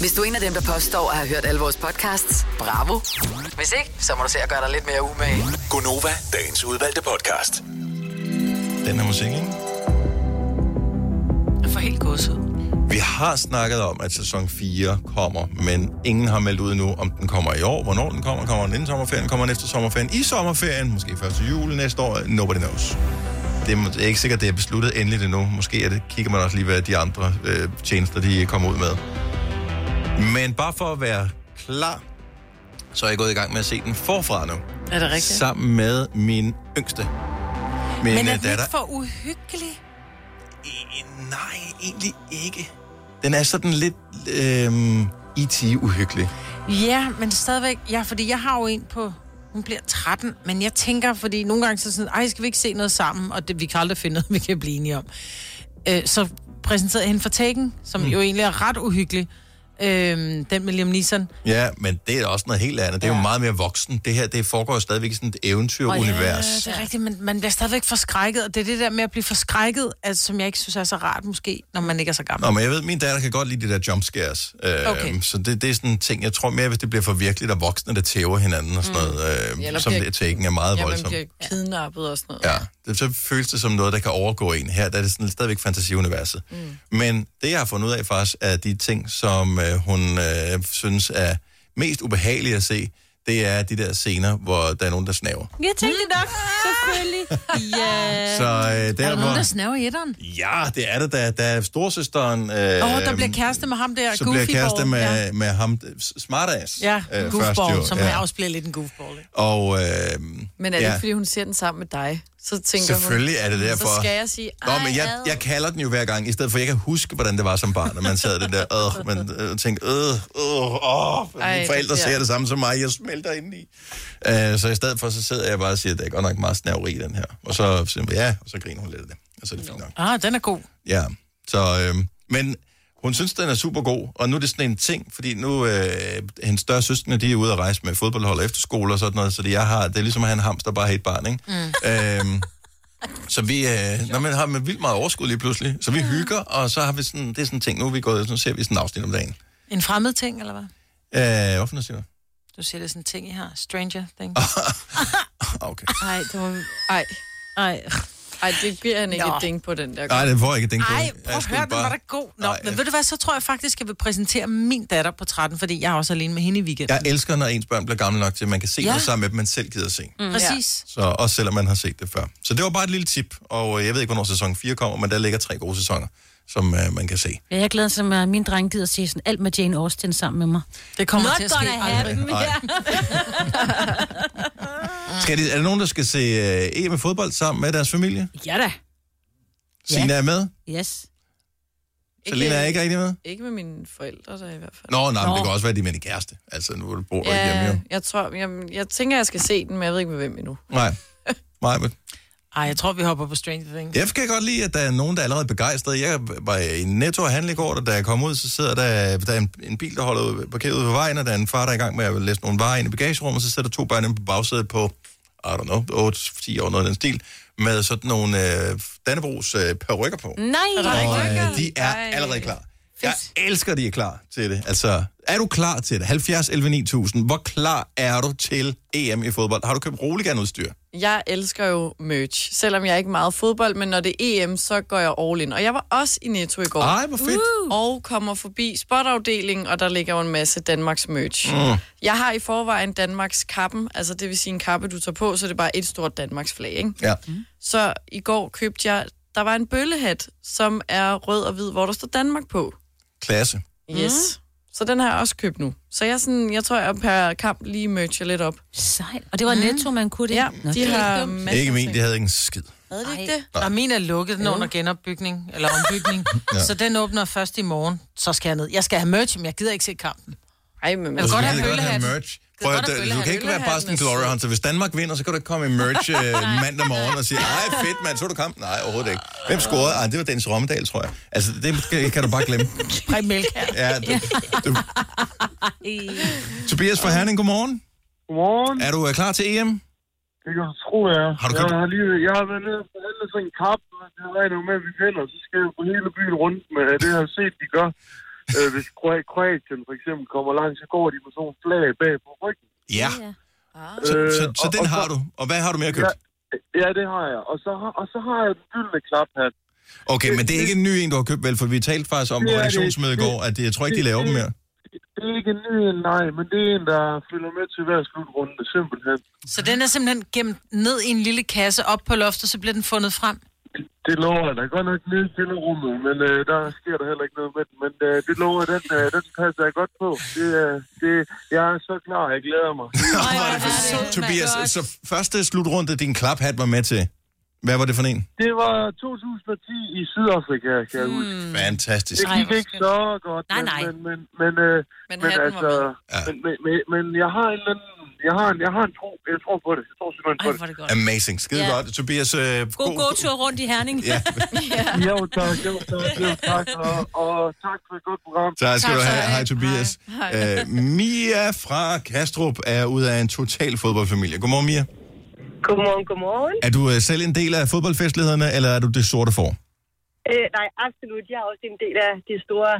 S6: Hvis du er en af dem, der påstår at have hørt alle vores podcasts, bravo. Hvis ikke, så må du se at gøre dig lidt mere umage.
S17: Gonova, dagens udvalgte podcast.
S1: Den her musik, ikke?
S5: Jeg får helt gåsehud.
S1: Vi har snakket om, at sæson 4 kommer, men ingen har meldt ud nu, om den kommer i år, hvornår den kommer, kommer den inden sommerferien, kommer den efter sommerferien, i sommerferien, måske første jul næste år, nobody knows. Det er må- det er ikke sikkert, det er besluttet endeligt endnu. Måske er det, kigger man også lige, hvad de andre øh, tjenester, de kommer ud med. Men bare for at være klar, så er jeg gået i gang med at se den forfra nu.
S5: Er det rigtigt?
S1: Sammen med min yngste. Min
S5: Men er
S1: øh,
S5: den
S1: datter E,
S5: ikke for uhyggelig?
S1: Nej, egentlig ikke. Den er sådan lidt øh, IT-uhyggelig.
S5: Ja, men stadigvæk. Ja, fordi jeg har jo en på... Hun bliver 13, men jeg tænker, fordi nogle gange så er sådan, ej, skal vi ikke se noget sammen, og det, vi kan aldrig finde noget, vi kan blive enige om. Øh, så præsenterede jeg hende for Taken, som mm. jo egentlig er ret uhyggelig. Øh, den med Liam Neeson.
S1: Ja, men det er også noget helt andet. Det er jo meget mere voksen. Det her det foregår jo stadigvæk i sådan et eventyrunivers.
S5: Ja, det er rigtigt, men man bliver stadigvæk forskrækket, og det er det der med at blive forskrækket, altså, som jeg ikke synes er så rart måske, når man ikke er så gammel.
S1: Nå, men jeg ved, min datter kan godt lide de der jumpscares. Øh,
S5: Okay.
S1: Så det, det er sådan en ting, jeg tror mere, hvis det bliver for virkeligt, og voksne, der tæver hinanden og
S5: Mm.
S1: sådan noget,
S4: Mm.
S1: øh, som det er taken, er meget
S4: ja, man
S1: voldsomt.
S4: bliver kidnappet og sådan noget.
S1: Ja, det, så føles det som noget, der kan overgå en. Her der er det sådan, stadigvæk fantasiuniverset. Mm. Men det, jeg har fundet ud af faktisk, er de ting, som øh, hun øh, synes er mest ubehagelige at se, det er de der scener, hvor der er nogen, der snaver.
S3: Jeg tænkte
S4: Hmm.
S3: nok, selvfølgelig. Ja.
S1: Så, øh,
S5: er der
S1: derfor-
S5: nogen, der snæver i etteren?
S1: Ja, det er det, da, da storsøsteren... Øh,
S5: Åh, øh, der bliver kæreste med ham der,
S1: så bliver
S5: Goofy
S1: kæreste
S5: Ball.
S1: med,
S5: Ja.
S1: med ham, s- smartass.
S4: Ja,
S1: Øh, først
S5: Goofball,
S1: jo,
S5: som
S1: ja.
S5: ja. også bliver lidt en goofball. Ikke?
S1: Og, øh,
S4: Men er det
S1: ja.
S4: ikke, fordi hun ser den sammen med dig? Så tænker
S1: Selvfølgelig
S4: hun,
S1: er det derfor.
S4: Så skal jeg sige,
S1: Nå, men jeg, jeg kalder den jo hver gang, i stedet for, at jeg kan huske, hvordan det var som barn, når man sad den der, øh, man øh, tænkte, øh, øh, åh,
S7: Ej,
S1: mine forældre
S7: det
S1: ser
S7: der.
S1: det samme som mig, jeg smelter indeni. Øh, så i stedet for, så sidder jeg bare og siger, at der er godt nok meget snaveri i den her. Og så siger hun, ja, og så griner hun lidt af det. Og så er det fint nok.
S5: Ah, den er god.
S1: Ja, så, øh, men hun synes, den er super god, og nu er det sådan en ting, fordi nu, øh, hendes større søskende, de er ude at rejse med fodboldhold og efterskole og sådan noget, så det, jeg har, det er ligesom at have en hamster, bare have et barn, ikke? Mm. Øhm, så vi øh, når man har med vildt meget overskud lige pludselig, så vi hygger, og så har vi sådan, det er sådan en ting, nu er vi gået, så ser vi sådan en afsnit om dagen.
S5: En fremmed ting, eller hvad?
S1: Øh, hvorfor nu siger du?
S5: Du siger, det er sådan en ting, I har. Stranger thing.
S1: okay.
S4: Ej, det var... Ej.
S3: Ej.
S4: Ej, det giver han ikke
S5: Nå.
S4: et ding på, den der.
S1: Nej, det får jeg ikke et ding på.
S5: Ej, prøv
S1: Jeg
S5: at
S1: skulle
S5: høre, den
S1: bare-
S5: var da god. Nå,
S1: Nej,
S5: men ved du hvad, så tror jeg faktisk, jeg vil præsentere min datter på 13, fordi jeg er også alene med hende i weekenden.
S1: Jeg elsker, når ens børn bliver gamle nok til, at man kan se
S5: Ja.
S1: ja. det sammen med dem, man selv gider se.
S5: Mm. Præcis.
S1: Så også selvom man har set det før. Så det var bare et lille tip, og øh, jeg ved ikke, hvornår sæson 4 kommer, men der ligger tre gode sæsoner, som øh, man kan se.
S3: Ja, jeg glæder mig, til, at min dreng gider at se sådan alt med Jane Austen sammen med mig.
S5: Det kommer
S3: Not
S5: til at ske
S3: gonna happen,
S1: aldrig.
S3: ja.
S1: Skal de, er der nogen, der skal se øh, EM i fodbold sammen med deres familie?
S3: Ja da.
S1: Sina er med?
S3: Yes.
S1: Selina er ikke rigtig med?
S4: Ikke med mine forældre, der i hvert fald.
S1: Nå, nej, men det kan også være, at de er med en kæreste. Altså, nu bor du ja. ikke hjemme, jo.
S4: jeg tror, jeg, jeg tænker, jeg skal se den, men jeg ved ikke med hvem endnu.
S1: Nej. Nej, men
S5: Ej, jeg tror, vi hopper på Stranger Things.
S1: Jeg kan godt lide, at der er nogen, der er allerede begejstret. Jeg var i Netto og handle i går, og da jeg kom ud, så sidder der, der er en, en bil, der holder ude- parkeret ude på vejen, og der er en far, der er i gang med at læse nogle varer ind i bagagerummet, og så sidder der to børn inde på bagsædet på, I don't know, 8-10 år, noget af den stil, med sådan nogle øh, Dannebrogs øh, perukker på.
S3: Nej.
S1: Og øh, de er allerede klar. Jeg elsker, at I er klar til det. Altså, er du klar til det? 70 11 9000. Hvor klar er du til EM i fodbold? Har du købt roliganudstyr?
S4: Jeg elsker jo merch, selvom jeg er ikke er meget fodbold, men når det er EM, så går jeg all in. Og jeg var også i Netto i går.
S1: Ej, hvor fedt.
S4: Uh. Og kommer forbi spotafdelingen, og der ligger jo en masse Danmarks merch.
S1: Mm.
S4: Mm. Jeg har i forvejen Danmarks kappen, altså det vil sige en kappe, du tager på, så det er bare et stort Danmarks flag, ikke?
S1: Ja.
S4: Så i går købte jeg, der var en bøllehat, som er rød og hvid, hvor der står Danmark på.
S1: Klasse.
S4: Yes. Mm. Så den har jeg også købt nu. Så jeg, er sådan, jeg tror, jeg per kamp lige merger lidt op.
S3: Sejt. Og det var Netto, man kunne det?
S4: Ja,
S3: Nå, det
S4: de
S3: er
S4: har
S3: ikke dumt.
S4: masser
S1: Ikke
S4: af
S1: min,
S4: ting.
S1: det havde ikke en skid.
S4: Havde de ikke
S5: det?
S4: det?
S5: Og min er lukket, den er
S4: Jo.
S5: under genopbygning, eller ombygning. ja. Så den åbner først i morgen, så skal jeg ned. Jeg skal have merch, men jeg gider ikke se kampen.
S4: Ej, men
S5: jeg vil godt have
S1: kan Altså, godt have
S5: bøllehatten.
S1: merch. Prøv, at,
S5: godt have
S1: du kan ikke være
S5: bøllehatten.
S1: Boston Glory Hunter. Hvis Danmark vinder, så kan du ikke komme i merch øh, mandag morgen og sige, nej fedt mand, så du kamp. Nej, overhovedet ikke. Hvem scorede? Ej, det var Dennis Rommedal, tror jeg. Altså, det kan- kan du bare glemme.
S5: Præg mælk her.
S1: Ja, du, du. Tobias fra Herning, godmorgen.
S18: Godmorgen.
S1: Er du øh, klar til EM?
S18: Det kan du tro, jeg er.
S1: Har du
S18: jeg,
S1: købt-
S18: har lige, jeg har været nede og forhandlet sådan en kap, og jeg regner jo med, at vi vinder, så skal jeg på hele byen rundt med det, jeg har set, de gør. Øh, hvis Kro- Kroatien for eksempel kommer langt, så går de med sådan en flag bag på ryggen.
S1: Ja. Så,
S18: Øh,
S1: så, så
S18: og-
S1: den
S18: og
S1: har
S18: så-
S1: du. Og hvad har du med at købe?
S18: Ja, ja, det har jeg. Og så har, og så har jeg den gyldne klaphat.
S1: Okay, men det er ikke en ny en, du har købt, vel? For vi talte faktisk om på
S18: Det er det.
S1: redaktionsmødet i går, at øh, jeg tror ikke, de laver dem mere.
S18: Det er ikke en ny en, nej, men det er en, der følger med til hver slutrunde, simpelthen.
S5: Så den er simpelthen gemt ned i en lille kasse op på loftet, så bliver den fundet frem.
S18: Det lover jeg. Der er godt nok nede i kælderrummet, men øh, der sker der heller ikke noget med den. Men øh, det lover jeg, den, øh, den passer jeg godt på. Det, øh, det, jeg er så klar, jeg glæder mig.
S1: Tobias, øh, så første slutrunde, din klaphat var med til. Hvad var det for en?
S18: Det var 2010 i Sydafrika, kan jeg huske.
S1: Fantastisk.
S18: Det gik ikke så godt,
S1: Nej,
S18: men,
S1: nej.
S18: men, men, men, øh,
S1: Men
S18: men,
S1: hatten var
S18: altså, men, men, men, men, jeg har en eller anden, jeg har en, jeg har en tro, jeg tror på det, jeg tror simpelthen på det.
S1: Amazing. Skide
S18: Ja.
S1: godt. Tobias, øh,
S3: God gåtur rundt i Herning.
S1: Ja.
S18: Jo tak, jo tak, jo tak, og, og tak for et godt program.
S1: Tak skal du have. Hej, Tobias.
S18: Hej.
S1: Hej. Mia fra Kastrup er ud af en total fodboldfamilie. Godmorgen, Mia.
S13: Godmorgen, godmorgen.
S1: Er du øh, selv en del af fodboldfestlighederne, eller er du det sorte for?
S13: Øh, nej, absolut. Jeg er også en del af det store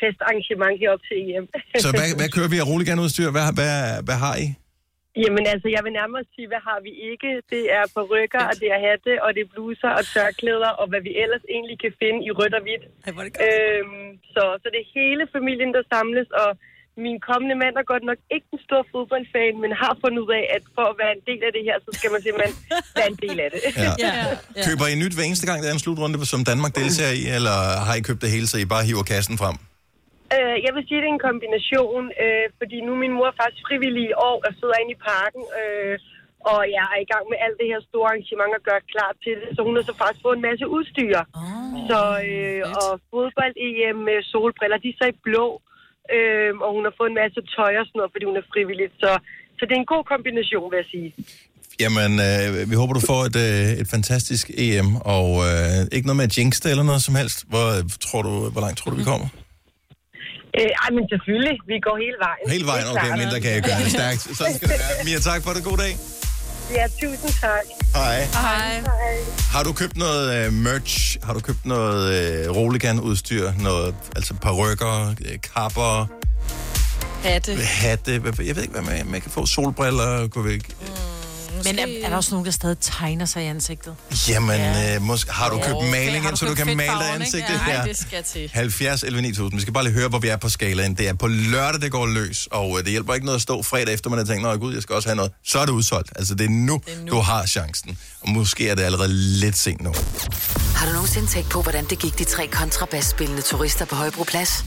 S13: festarrangement heroppe til EM.
S1: Så hvad, hvad kører vi af roliganudstyr? Hvad, hvad, hvad har I?
S13: Jamen altså, jeg vil nærmere sige, hvad har vi ikke? Det er perukker, og det er hatte, og det er bluser og tørklæder, og hvad vi ellers egentlig kan finde i rødt og hvidt. Øhm, så, så det er hele familien, der samles, og min kommende mand er godt nok ikke en stor fodboldfan, men har fundet ud af, at for at være en del af det her, så skal man simpelthen være en del af det.
S1: Ja. Køber I nyt hver eneste gang, der er en slutrunde, som Danmark deltager i, eller har I købt det hele, så I bare hiver kassen frem?
S13: Øh, jeg vil sige, at det er en kombination, øh, fordi nu er min mor faktisk frivillig i år og sidder inde i parken, øh, og jeg er i gang med alt det her store arrangement og gøre klar til det, så hun har så faktisk fået en masse udstyr. Oh, så, øh, og fodbold-EM med solbriller, de er så i blå, øh, og hun har fået en masse tøj og sådan noget, fordi hun er frivillig. Så, så det er en god kombination, vil jeg sige.
S1: Jamen, øh, vi håber, du får et, øh, et fantastisk EM, og øh, ikke noget med at jinx det eller noget som helst. Hvor, øh, tror du, hvor langt tror du, vi kommer?
S13: Øh, ej, men selvfølgelig, vi går hele vejen.
S1: Hele vejen,
S13: Det er
S1: okay,
S13: klart.
S1: mindre kan jeg gøre det stærkt. Sådan skal det være. Mia, tak for det. God dag.
S13: Ja, tusind tak.
S1: Hej.
S13: Hej. Hej.
S1: Har du købt noget øh, merch? Har du købt noget øh, Roligan-udstyr? Noget, altså parrykker, øh, kapper,
S4: Hatte.
S1: hatte? hvad- Jeg ved ikke, hvad man, man kan få. Solbriller, kunne vi ikke?
S5: Men er, er der også nogen, der stadig tegner sig i ansigtet?
S1: Jamen, øh, måske, har du
S5: Ja.
S1: købt
S5: Okay,
S1: maling
S5: har du
S1: ind, så du
S5: købt
S1: kan male dig
S5: fedtfarven, ikke?
S1: ansigtet?
S5: Ja,
S1: Ja.
S5: det skal til.
S1: 70 11 9000. Vi skal bare lige høre, hvor vi er på skalaen. Det er på lørdag, det går løs, og øh, det hjælper ikke noget at stå fredag eftermiddag og tænke, nej gud, jeg skal også have noget. Så er det udsolgt. Altså, det er nu, det er nu. du har chancen. Og måske er det allerede lidt sent nu.
S6: Har du nogensinde tænkt på, hvordan det gik de tre kontrabasspillende turister på Højbroplads?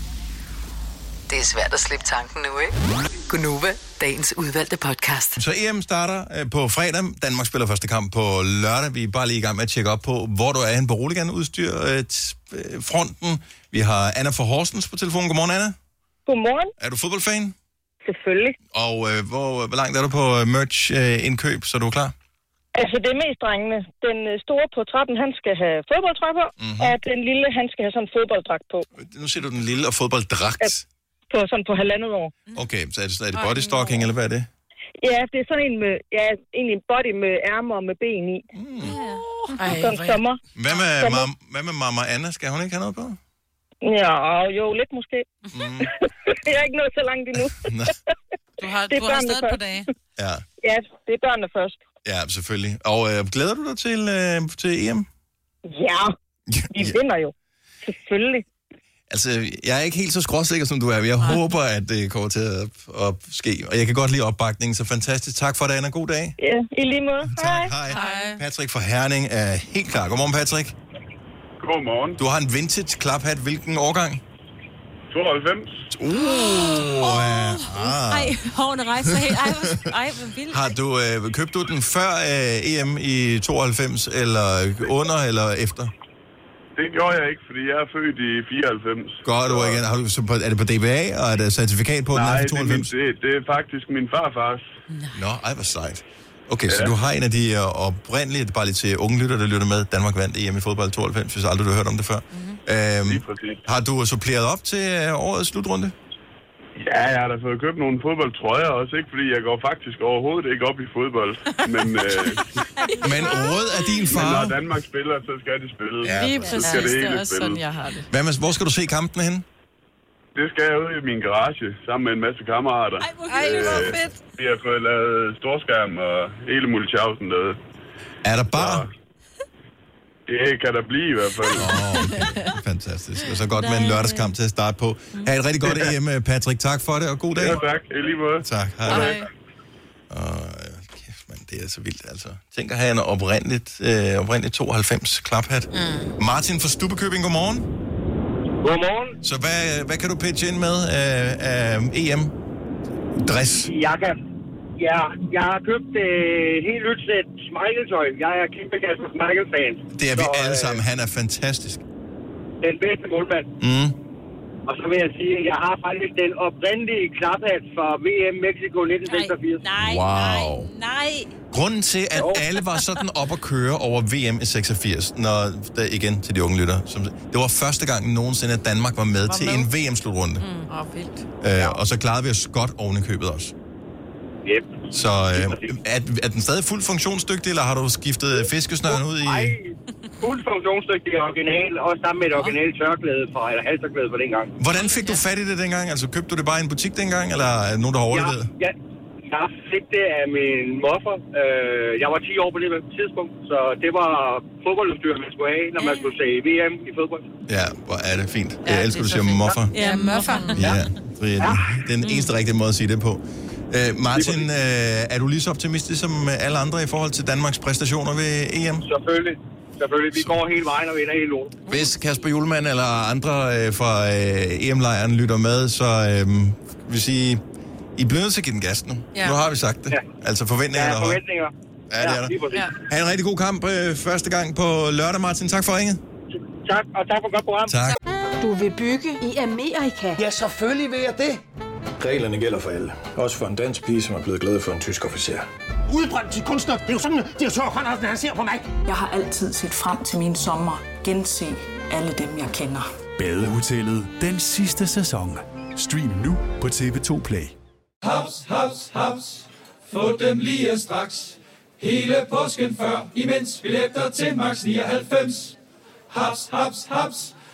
S6: Det er svært at slippe tanken nu, ikke? Gunova, dagens udvalgte podcast.
S1: Så EM starter øh, på fredag. Danmark spiller første kamp på lørdag. Vi er bare lige i gang med at tjekke op på, hvor du er henne på Roligan-udstyr øh, t- øh, fronten. Vi har Anna fra Horsens på telefonen. Godmorgen, Anna.
S13: Godmorgen.
S1: Er du fodboldfan?
S13: Selvfølgelig.
S1: Og øh, hvor, hvor langt er du på øh, merch-indkøb, så du er klar?
S13: Altså, det er mest drengene. Den øh, store på trappen, han skal have fodboldtrøje på,
S1: Mhm.
S13: mm-hmm. og den lille, han skal have sådan en fodbolddragt på,
S1: Nu ser du den lille og fodbolddragt.
S13: på sådan på halvandet år.
S1: Okay, så er det, så er det bodystocking, eller hvad er det?
S13: Ja, det er sådan en med, ja, egentlig en body med ærmer og med ben i. Mm. Som sommer.
S1: Hvad med, mam, hvad med mamma Anna? Skal hun ikke have noget på?
S19: Ja, jo, lidt måske. Mm. jeg er ikke nået så langt endnu.
S5: Du har,
S19: Det er
S5: du har
S19: børnene
S5: stadig på
S19: først.
S5: dage.
S1: Ja,
S19: ja, det er børnene først.
S1: ja selvfølgelig. Og øh, glæder du dig til, øh, til EM?
S19: Ja, de vinder jo. Selvfølgelig.
S1: Altså, jeg er ikke helt så skråsikker, som du er. Jeg håber, at det kommer til at, at ske. Og jeg kan godt lide opbakningen, så fantastisk. Tak for det, Anna. God dag.
S19: Ja, i lige måde. Hej.
S1: Hej. Patrick fra Herning er helt klar. Godmorgen, Patrick.
S20: Godmorgen.
S1: Du har en vintage klaphat. Hvilken årgang?
S20: 92.
S1: Uh, oh, ah.
S3: Ej, hårene rejser helt. Ej, hvor, ej, hvor vildt.
S1: Har du, øh, købte du den før øh, EM i 92, eller under, eller efter?
S20: Det gjorde jeg ikke, fordi jeg er født i 94.
S1: Godt, og igen. Har du, så på, er det på DBA, og er der certifikat på, at den
S20: Nej,
S1: er
S20: det
S1: fra
S20: er, min,
S1: 92?
S20: det, det er faktisk min farfars.
S1: Nå, ej, hvor sejt. Okay, så du har en af de øh, oprindelige, bare lige til unge lytter, der lytter med, Danmark vandt EM i fodbold 92, hvis aldrig du har hørt om det før.
S20: Mhm.
S1: Mm-hmm. Øhm, har du suppleret op til øh, årets slutrunde?
S20: Ja, jeg har da fået købt nogle fodboldtrøjer også, ikke? Fordi jeg går faktisk overhovedet ikke op i fodbold. Men, øh,
S1: men råd af din far.
S20: Men når Danmark spiller, så skal de spille.
S1: Ja, Lige
S20: så skal det hele spille.
S4: jeg har det.
S1: Hvad med, hvor skal du se kampen hen?
S20: Det skal jeg ud i min garage, sammen med en masse kammerater. Ej,
S4: Ej, hvor
S18: Øh.
S4: fedt.
S20: Vi har fået lavet storskærm og hele multiausen derude.
S1: Er der bar?
S20: Det kan der blive i hvert fald.
S1: Fantastisk. Og så godt med en lørdagskamp til at starte på. Ha' et rigtig godt EM, øh, Patrick. Tak for det, og god dag.
S20: Ja, tak. I lige måde.
S1: Tak. Hej. Hej. Og, øh, kæft, man, det er så vildt, altså. Tænk at have en oprindeligt, øh, oprindeligt 92 klaphat. Mm. Martin fra Stubekøbing, godmorgen.
S21: Godmorgen.
S1: Så hvad, hvad kan du pitche ind med øh, af EM? Dress.
S21: Jeg kan... Ja, jeg har købt øh, helt nyt sæt Michael-tøj. Jeg er kæmpe Kasper Michael-fan.
S1: Det er vi alle sammen. Han er fantastisk.
S21: Den bedste målmand.
S1: Mm.
S21: Og så vil jeg sige, at jeg har faktisk den oprindelige klaphat fra VM Mexico 1986.
S3: Nej,
S1: Wow.
S3: nej.
S1: Grunden til, at alle var sådan op at køre over VM i 86, når, der, igen til de unge lytter, som, det var første gang nogensinde, at Danmark var med var til med. en VM-slutrunde. Mm.
S4: Åh, oh, vildt.
S1: Øh, og så klarede vi os godt oven i købet også.
S21: Yep.
S1: Så øh, er, er den stadig fuldt funktionsdygtig, eller har du skiftet fiskesnøren ud i...
S21: Nej, fuldt funktionsdygtig original, og sammen med et originalt tørklæde fra, eller halstørklæde fra dengang.
S1: Hvordan fik du fat i det dengang? Altså, købte du det bare i en butik dengang, eller er der nogen, der har
S21: Jeg,
S1: overlevet?
S21: jeg, jeg fik det af min morfar. Øh, jeg var 10 år på det tidspunkt, så det var fodboldudstyr, man skulle have, når man skulle se VM i fodbold.
S1: Ja, hvor er det fint. Ja, jeg elsker, du siger moffer.
S21: Ja, morfar.
S1: Ja, Mm. det er den eneste rigtige måde at sige det på. Øh, Martin, øh, er du lige så optimistisk som øh, alle andre i forhold til Danmarks præstationer ved EM?
S21: Selvfølgelig. Selvfølgelig. Vi går hele vejen og vinder hele lortet.
S1: Hvis Kasper Julemand eller andre øh, fra øh, EM-lejren lytter med, så øh, vil sige, I bliver nødt til at give den gas nu.
S21: Ja.
S1: Ja. Nu har vi sagt det. Ja. Altså forventninger
S21: Der
S1: er
S21: er
S1: høje.
S21: forventninger.
S1: Ja, det er der.
S21: Ja.
S1: Ha' en rigtig god kamp øh, første gang på lørdag, Martin. Tak for ringet.
S21: Tak, og tak for godt program.
S1: Tak.
S22: Du vil bygge i Amerika? Ja, selvfølgelig vil jeg det.
S23: Reglerne gælder for alle. Også for en dansk pige, som er blevet glad for en tysk officer.
S16: Udbrændt til kunstner. Det er jo sådan, at de har tørt, Andersen, han ser på mig. Jeg har altid set frem til min sommer. Gense alle dem, jeg kender.
S17: Badehotellet den sidste sæson. Stream nu på TV2 Play.
S9: Haps, haps, haps. Få dem lige straks. Hele påsken før, imens billetter til max 99. Haps, haps, haps.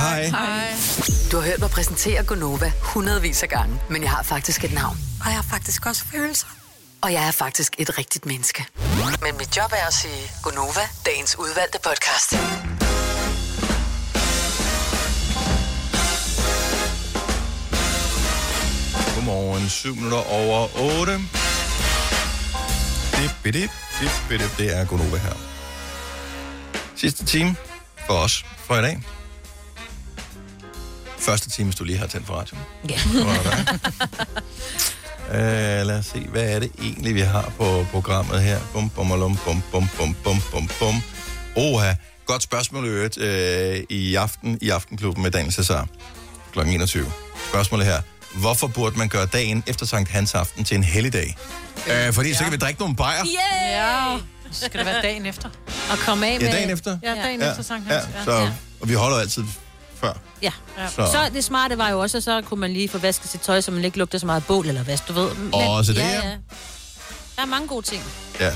S1: Hej.
S6: Hej. Du har hørt mig præsentere Gonova hundredvis af gange, men jeg har faktisk et navn.
S24: Og jeg har faktisk også følelser.
S6: Og jeg er faktisk et rigtigt menneske. Men mit job er at sige Gonova, dagens udvalgte podcast.
S1: Godmorgen, 7 minutter over 8. Dip, bidip, dip, bidip. Det er Gunova her. Sidste time for os for i dag. Første time, hvis du lige har tændt for radioen.
S2: Ja.
S1: Uh, lad os se, hvad er det egentlig, vi har på programmet her? Bum, bum, alum, bum, bum, bum, bum, bum, bum. Oha, godt spørgsmål i øvrigt øh, i aften i Aftenklubben med Daniel Cesar kl. 21. Spørgsmålet her. hvorfor burde man gøre dagen efter Sankt Hans Aften til en helligdag? Øh, fordi så kan vi drikke nogle bajer.
S2: Yeah! Ja. Så skal det være dagen efter. Og komme af
S1: Ja,
S2: med...
S1: dagen efter.
S2: Ja, dagen
S1: Ja,
S2: efter Sankt Hans.
S1: Ja, så, og vi holder jo altid før.
S3: Ja.
S1: Ja.
S3: ja.
S1: Så-
S3: Så. så det smarte var jo også, at så kunne man lige få vasket sit tøj, så man ikke lugter så meget af bål eller vask, du ved. Men,
S1: Også det,
S3: ja,
S1: ja.
S3: ja. Der er mange gode ting.
S1: Ja.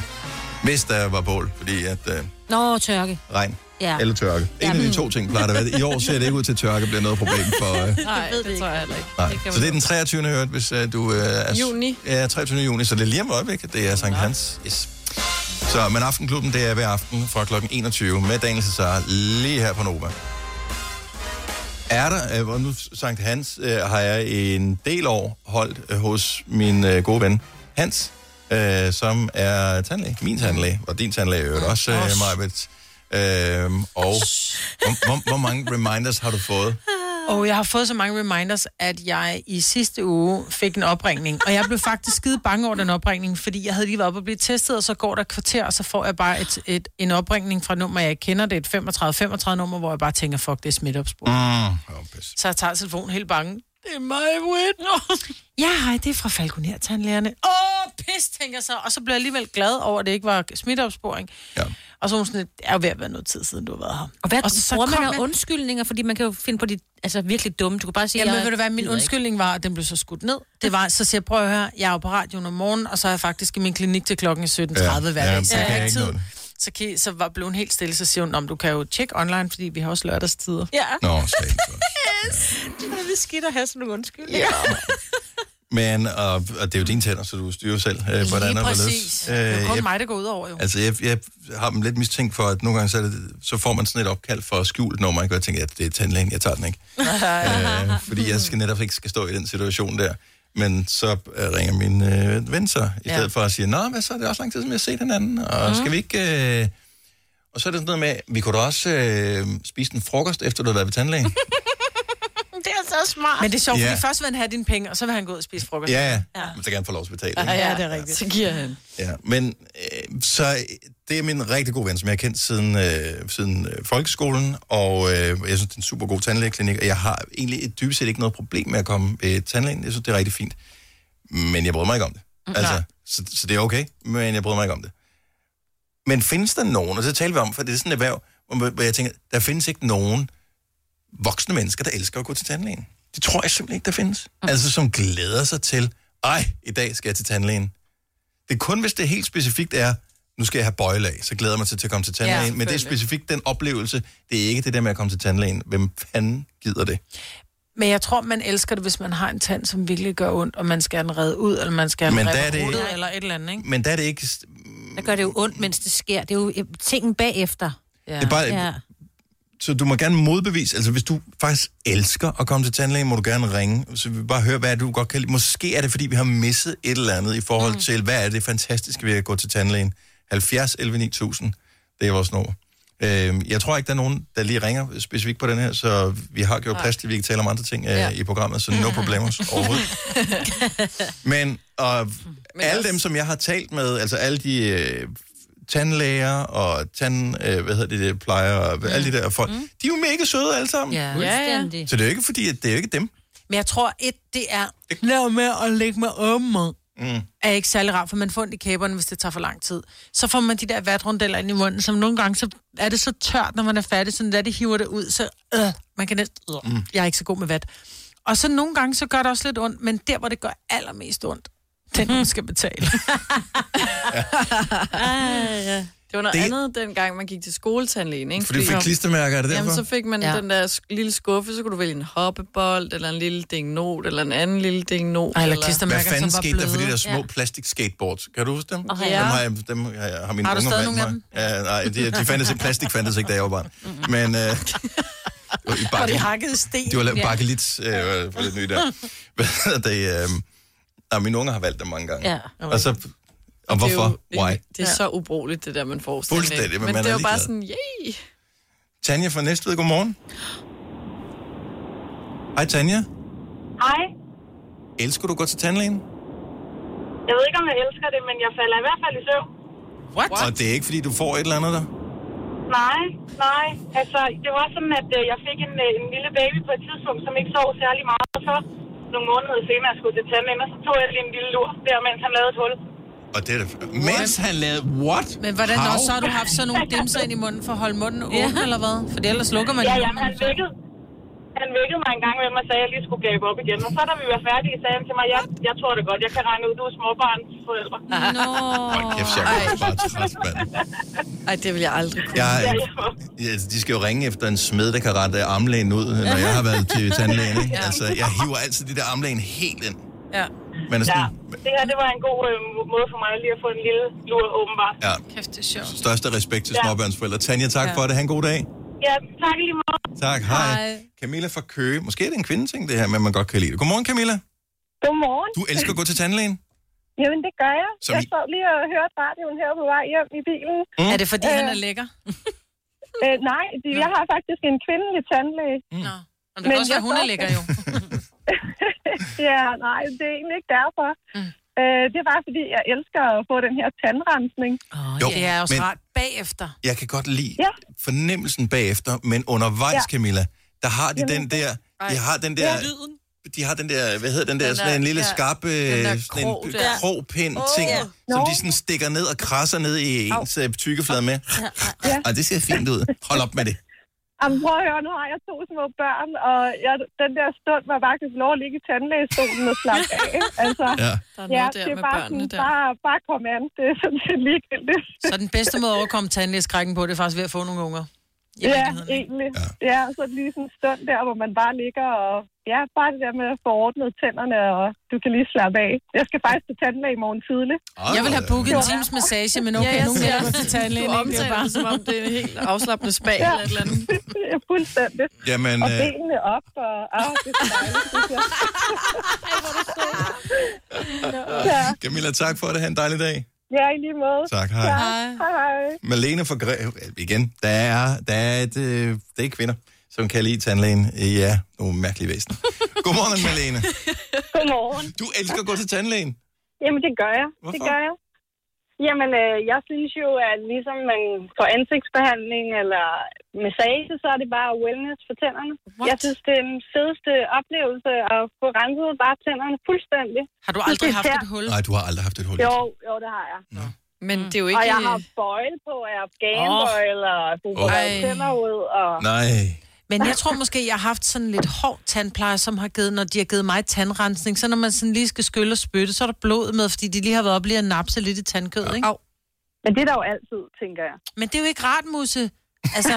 S1: Hvis der var bål, fordi at øh,
S3: Nå, tørke.
S1: regn
S3: Ja.
S1: eller tørke. En af de to ting plejer det at være. I år ser det ikke ud til, at tørke bliver noget problem for... Øh,
S4: Nej, det, det tror jeg heller ikke.
S1: nej. Så det er den 23. hørt, hvis øh, du... Øh, er,
S4: Juni.
S1: Ja, 23. juni, så det er lige om øjeblikket. Det er Sankt Hans. Yes. Så, men Aftenklubben, det er hver aften fra kl. 21 med Daniel Cesar lige her på Nova. Er der, øh, hvor nu Sankt Hans øh, har jeg i en del år holdt øh, hos min øh, gode ven Hans, øh, som er tandlæge, min tandlæge, og din tandlæge i øvrigt også, øh,
S8: Os.
S1: Majbet. Øh, og hvor, hvor, hvor mange reminders har du fået?
S5: Og jeg har fået så mange reminders, at jeg i sidste uge fik en opringning. Og jeg blev faktisk skide bange over den opringning, fordi jeg havde lige været oppe og blive testet, og så går der et kvarter, og så får jeg bare et, et, en opringning fra et nummer, jeg ikke kender. Det er et 35-35 nummer, hvor jeg bare tænker, fuck, det er smitteopsporing.
S1: Mm.
S5: Så jeg tager telefonen helt bange. Det er mig, Whit. ja, hej, det er fra Falconer-tandlægerne. Åh, oh, pis, tænker jeg så. Og så blev jeg alligevel glad over, at det ikke var smitteopsporing. Ja. Og så var hun sådan, lidt, det er jo ved at være noget tid siden, du har været her.
S3: Og hvad
S5: og
S3: og så bruger man
S5: kom
S3: af
S5: jeg-
S3: undskyldninger? Fordi man kan jo finde på de altså, virkelig dumme. Du kan bare sige...
S5: Jamen,
S3: jeg
S5: ved du hvad, min
S3: gider ikke.
S5: undskyldning var, at den blev så skudt ned. Det var, så siger jeg, prøv at høre, jeg er jo på radioen om morgenen, og så er jeg faktisk i min klinik til klokken 17.30
S1: Ja,
S5: hver
S1: ja,
S5: dag, så
S1: det
S5: jeg har
S1: kan
S5: ikke
S1: ikke
S5: tid.
S1: noget.
S5: Så, kan, så var, blev hun helt stille, så siger hun, om du kan jo tjekke online, fordi vi har også lørdagstider.
S2: Ja.
S1: Nå, satan.
S2: yes. Det er lidt skidt at have sådan nogle undskyldninger.
S1: Ja. øh, Men, og, og det er jo dine tænder, så du styrer selv, øh, hvordan
S5: Lige
S1: og hvorledes.
S5: præcis. Det er jo kun
S1: Øh, jeg,
S5: mig, der går ud over, jo.
S1: Altså, jeg, jeg har dem lidt mistænkt for, at nogle gange så, er det, så får man sådan et opkald for skjult nummer, ikke? og jeg tænker, at det er tandlægen, jeg tager den ikke. øh, fordi jeg skal netop ikke skal stå i den situation der. Men så øh, ringer min øh, ven så, i
S8: Ja.
S1: stedet for at sige, nå, hvad så, det er også lang tid, som jeg har set hinanden, og
S8: Mhm.
S1: skal vi ikke... Øh... Og så er det sådan noget med, vi kunne da også øh, spise en frokost, efter du har været ved tandlægen.
S5: Det er så smart. Men det er sjovt,
S1: Ja.
S5: fordi først vil han have dine penge, og så vil han gå ud og spise frokost.
S1: ja, ja, men så kan han få lov til at betale. ikke?
S5: Ja, ja, det er rigtigt. Så giver han.
S1: Ja, men øh, så øh, det er min rigtig gode ven, som jeg har kendt siden, øh, siden øh, folkeskolen, og øh, jeg synes, det er en super god tandlægeklinik, og jeg har egentlig et- dybest set ikke noget problem med at komme ved øh, tandlægen. Jeg synes, det er rigtig fint, men jeg bryder mig ikke om det. Altså, så, så det er okay, men jeg bryder mig ikke om det. Men findes der nogen, og så taler vi om, for det er sådan et erhverv, hvor man- hvor jeg tænker, der findes ikke nogen voksne mennesker, der elsker at gå til tandlægen. Det tror jeg simpelthen ikke, der findes. Altså, som glæder sig til, ej, i dag skal jeg til tandlægen. Det er kun, hvis det helt specifikt er, nu skal jeg have bøjle af, så glæder jeg mig til, til at komme til tandlægen. Ja, men det er
S5: selvfølgelig.
S1: specifikt den oplevelse. Det er ikke det der med at komme til tandlægen. Hvem fanden gider det?
S5: Men jeg tror, man elsker det, hvis man har en tand, som virkelig gør ondt, og man skal have den reddet ud, eller man skal have
S1: Men
S5: den
S1: der er det-
S5: revet eller et eller andet, ikke?
S1: Men der er det ikke...
S3: Der gør det jo ondt, mens det sker. Det er jo øh, tingen bagefter. Ja.
S1: Det er bare- Så du må gerne modbevise, altså hvis du faktisk elsker at komme til tandlægen, må du gerne ringe, så vi vil bare høre, hvad er det, du godt kan lide. Måske er det, fordi vi har misset et eller andet i forhold mm. til, hvad er det fantastiske ved at gå til tandlægen. 70 11 9000, det er vores nummer. Øh, jeg tror ikke, der er nogen, der lige ringer specifikt på den her, så vi har gjort plads til, at vi kan tale om andre ting øh,
S8: Ja.
S1: i programmet, så no problemers overhovedet. Men og alle dem, som jeg har talt med, altså alle de øh, tandlæger og tand, øh, hvad hedder det, det plejer, og alle de der folk, mm. de er jo mega søde alle sammen.
S5: Ja, ja, ja.
S1: Så det er jo ikke fordi, at det er jo ikke dem.
S5: Men jeg tror, et, det er, lad med at lægge mig åben.
S1: Mm.
S5: er ikke særlig rart, for man får ondt i kæberne, hvis det tager for lang tid. Så får man de der vatrundeller ind i munden, som nogle gange så er det så tørt, når man er færdig, sådan der, det hiver det ud, så øh, man kan næsten, øh,
S1: Mm.
S5: jeg er ikke så god med vat. Og så nogle gange, så gør det også lidt ondt, men der, hvor det gør allermest ondt, den man skal betale.
S4: Ah, ja. Det var noget
S5: Det-
S4: det... andet, dengang man gik til skoletandlægen, ikke?
S1: Fordi du fik klistermærker, er det
S4: Jamen,
S1: derfor?
S4: så fik man
S1: Ja.
S4: ja. den der sk- lille skuffe, så kunne du vælge en hoppebold, eller en lille dingnot, eller en anden lille dingnot.
S5: Ej, eller
S1: Hvad fanden skete der for de der små ja. plastikskateboards? Kan du huske dem?
S4: Og har
S1: Dem
S4: jeg-
S1: har, jeg, dem har, jeg, har mine
S4: Har du
S1: unger
S4: stadig
S1: vandt
S4: nogle af
S1: mig. Ja, nej, de, de fandtes ikke. Plastik fandtes ikke, da jeg var barn. Men øh, det var i
S5: Hvor
S1: bakke,
S5: de hakkede sten.
S1: de var lavet
S5: Ja.
S1: bakkelit øh, for lidt nye der. Hvad hedder det? Øh, nej, mine unger har valgt dem mange gange.
S4: Ja.
S1: Og, så, Altså, og
S4: Det er jo-
S1: hvorfor? Why?
S4: Det er ja. så ubrugeligt, det der, man får. sådan, ikke?
S1: Fuldstændig, men
S4: men
S1: man
S4: det
S1: er
S4: var bare
S1: ligeglad.
S4: sådan, yay!
S1: Tanja fra Næstved, godmorgen. Hej Tanja.
S19: Hej.
S1: Elsker du at gå til tandlægen?
S19: Jeg ved ikke, om jeg elsker det, men jeg falder i hvert fald i søvn.
S1: What? Og det er ikke, fordi du får et eller andet der?
S19: Nej, nej. Altså, det var sådan, at øh, jeg fik en, øh, en lille baby på et tidspunkt, som ikke sov særlig meget. Og så
S3: nogle måneder senere skulle til tandlægen, og så tog jeg lige en lille lur der, mens han lavede et hul.
S1: Og det er da... Mens han lavede... What?
S5: Men hvordan
S1: How?
S5: How? så har du haft sådan nogle dimser ind i munden for at holde munden åben,
S3: Ja.
S5: ja. eller hvad? For ellers slukker man
S3: Ja,
S5: jo.
S3: jamen, han vækkede. Han vækkede mig en gang med mig og sagde, at jeg lige skulle gabe op igen. Og så da vi var færdige, sagde han til mig, jeg, jeg tror det godt, jeg kan regne ud, du er småbarnsforældre.
S5: Nå.
S1: Kæft, jeg er bare træt, mand.
S4: Ej, det vil jeg aldrig kunne.
S1: Jeg- Ja, altså, De skal jo ringe efter en smed, der kan rette armlægen ud, når jeg har været til tandlægen. Ikke? Altså, jeg hiver altid de der armlægen helt ind.
S5: Ja.
S1: Men er sådan-
S3: ja. Det her, det var en god øh, måde for mig lige at få en lille lur, åbenbart.
S1: Ja.
S5: Kæft, det er sjovt.
S1: Største respekt til
S3: Ja.
S1: småbørnsforældre. Tanja, tak
S3: Ja.
S1: for det. Ha' en god dag.
S3: Ja, tak i lige måde.
S1: Tak, hej. hej. Camilla fra Køge. Måske er det en kvindeting, det her, men man godt kan lide det. Godmorgen, Camilla.
S13: Godmorgen.
S1: Du elsker at gå til tandlægen.
S13: Jamen, det gør jeg.
S1: Som
S13: jeg
S1: I-
S13: sad lige og hørte radioen her på vej hjem i bilen.
S1: Mm. Er det
S5: fordi, han er lækker?
S13: øh, nej, de, jeg har faktisk en kvindelig tandlæge.
S5: Mm. Nå. Men det kan også være, hun er lækker jo.
S13: ja, nej, det er egentlig ikke derfor. Mm. Øh, det er bare fordi, jeg elsker at få den her tandrensning.
S5: Oh,
S1: Jo,
S5: det er også
S1: men-
S5: men... rart bagefter.
S1: Jeg kan godt lide ja. fornemmelsen bagefter, men undervejs, ja.
S5: Ja.
S1: Camilla, der har de den der... De har den der...
S5: Ja.
S1: De har den der, hvad hedder den der,
S5: Den
S1: sådan en
S5: der-
S1: lille
S5: ja.
S1: skarpe,
S5: Den der
S1: sådan
S5: krog
S1: en
S5: der.
S1: krogpind
S5: Åh,
S1: ting,
S5: ja.
S1: som
S13: Nå.
S1: de sådan stikker ned og krasser ned i ens øh, tykkeflade med.
S13: Ja.
S1: Og det ser fint ud. Hold op med det.
S13: Jamen, prøv at høre, nu har jeg to små børn, og jeg, den der stund var faktisk lov at ligge i tandlægestolen og slappe af. Altså, Der
S1: ja.
S5: Der er
S13: er ja,
S5: noget der
S13: det er
S5: med
S13: bare,
S5: børnene
S13: sådan,
S5: der.
S13: bare, bare kom an. Det er sådan set ligegyldigt.
S5: Så den bedste måde at overkomme tandlægeskrækken på, det er faktisk ved at få nogle unger. I
S13: Ja,
S5: virkeligheden, ikke?
S13: egentlig. Ja. ja, så lige sådan en stund der, hvor man bare ligger og... Ja, bare det der med at få ordnet tænderne, og du kan lige slappe af. Jeg skal faktisk til tandlæge i morgen tidlig.
S5: Jeg vil have booket en times massage, men okay, ja, nu er jeg til tandlægen.
S4: Du
S5: ikke? Det
S4: omtaler
S5: er bare-
S4: det, som om det er en helt afslappende spa
S13: Ja.
S4: eller et eller andet.
S13: Ja, fuldstændig.
S1: Jamen,
S13: og
S1: øh,
S13: benene op, og... Ah, det er så dejligt, synes jeg. Ja.
S1: Camilla, tak for det. Ha' en dejlig dag.
S13: ja, i lige måde.
S1: Tak, hej.
S13: Ja, hej, hej.
S1: Malene fra Greve, igen, der er, der er et, øh, det er kvinder, som kan lide tandlægen. Ja, nogle mærkelige væsener. Godmorgen, Malene.
S13: Godmorgen.
S1: Du elsker at gå til tandlægen.
S13: Jamen, det gør jeg. Det
S1: Hvorfor?
S13: gør jeg. Jamen, øh, jeg synes jo, at ligesom man får ansigtsbehandling eller massage, så er det bare wellness for tænderne. What? Jeg synes, det er den fedeste oplevelse at få renset bare tænderne fuldstændig.
S5: Har du
S13: Jeg
S5: aldrig
S13: synes,
S5: haft
S13: det er-
S5: et hul?
S1: Nej, du har aldrig haft et hul.
S13: Jo, jo, det har jeg.
S4: Men det er jo
S13: Og
S4: ikke...
S13: jeg har bøjle på, og jeg har gameboil, og du får
S5: Åh.
S13: lavet tænder ud, og...
S1: Nej.
S5: Men jeg tror måske, jeg har haft sådan lidt hård tandpleje, som har givet, når de har givet mig tandrensning. Så når man sådan lige skal skylle og spytte, så er der blod med, fordi de lige har været op lige at napse lidt i tandkød, ja. ikke?
S13: Au. Men det er der jo altid, tænker jeg.
S5: Men det er jo ikke rart, Musse. Altså,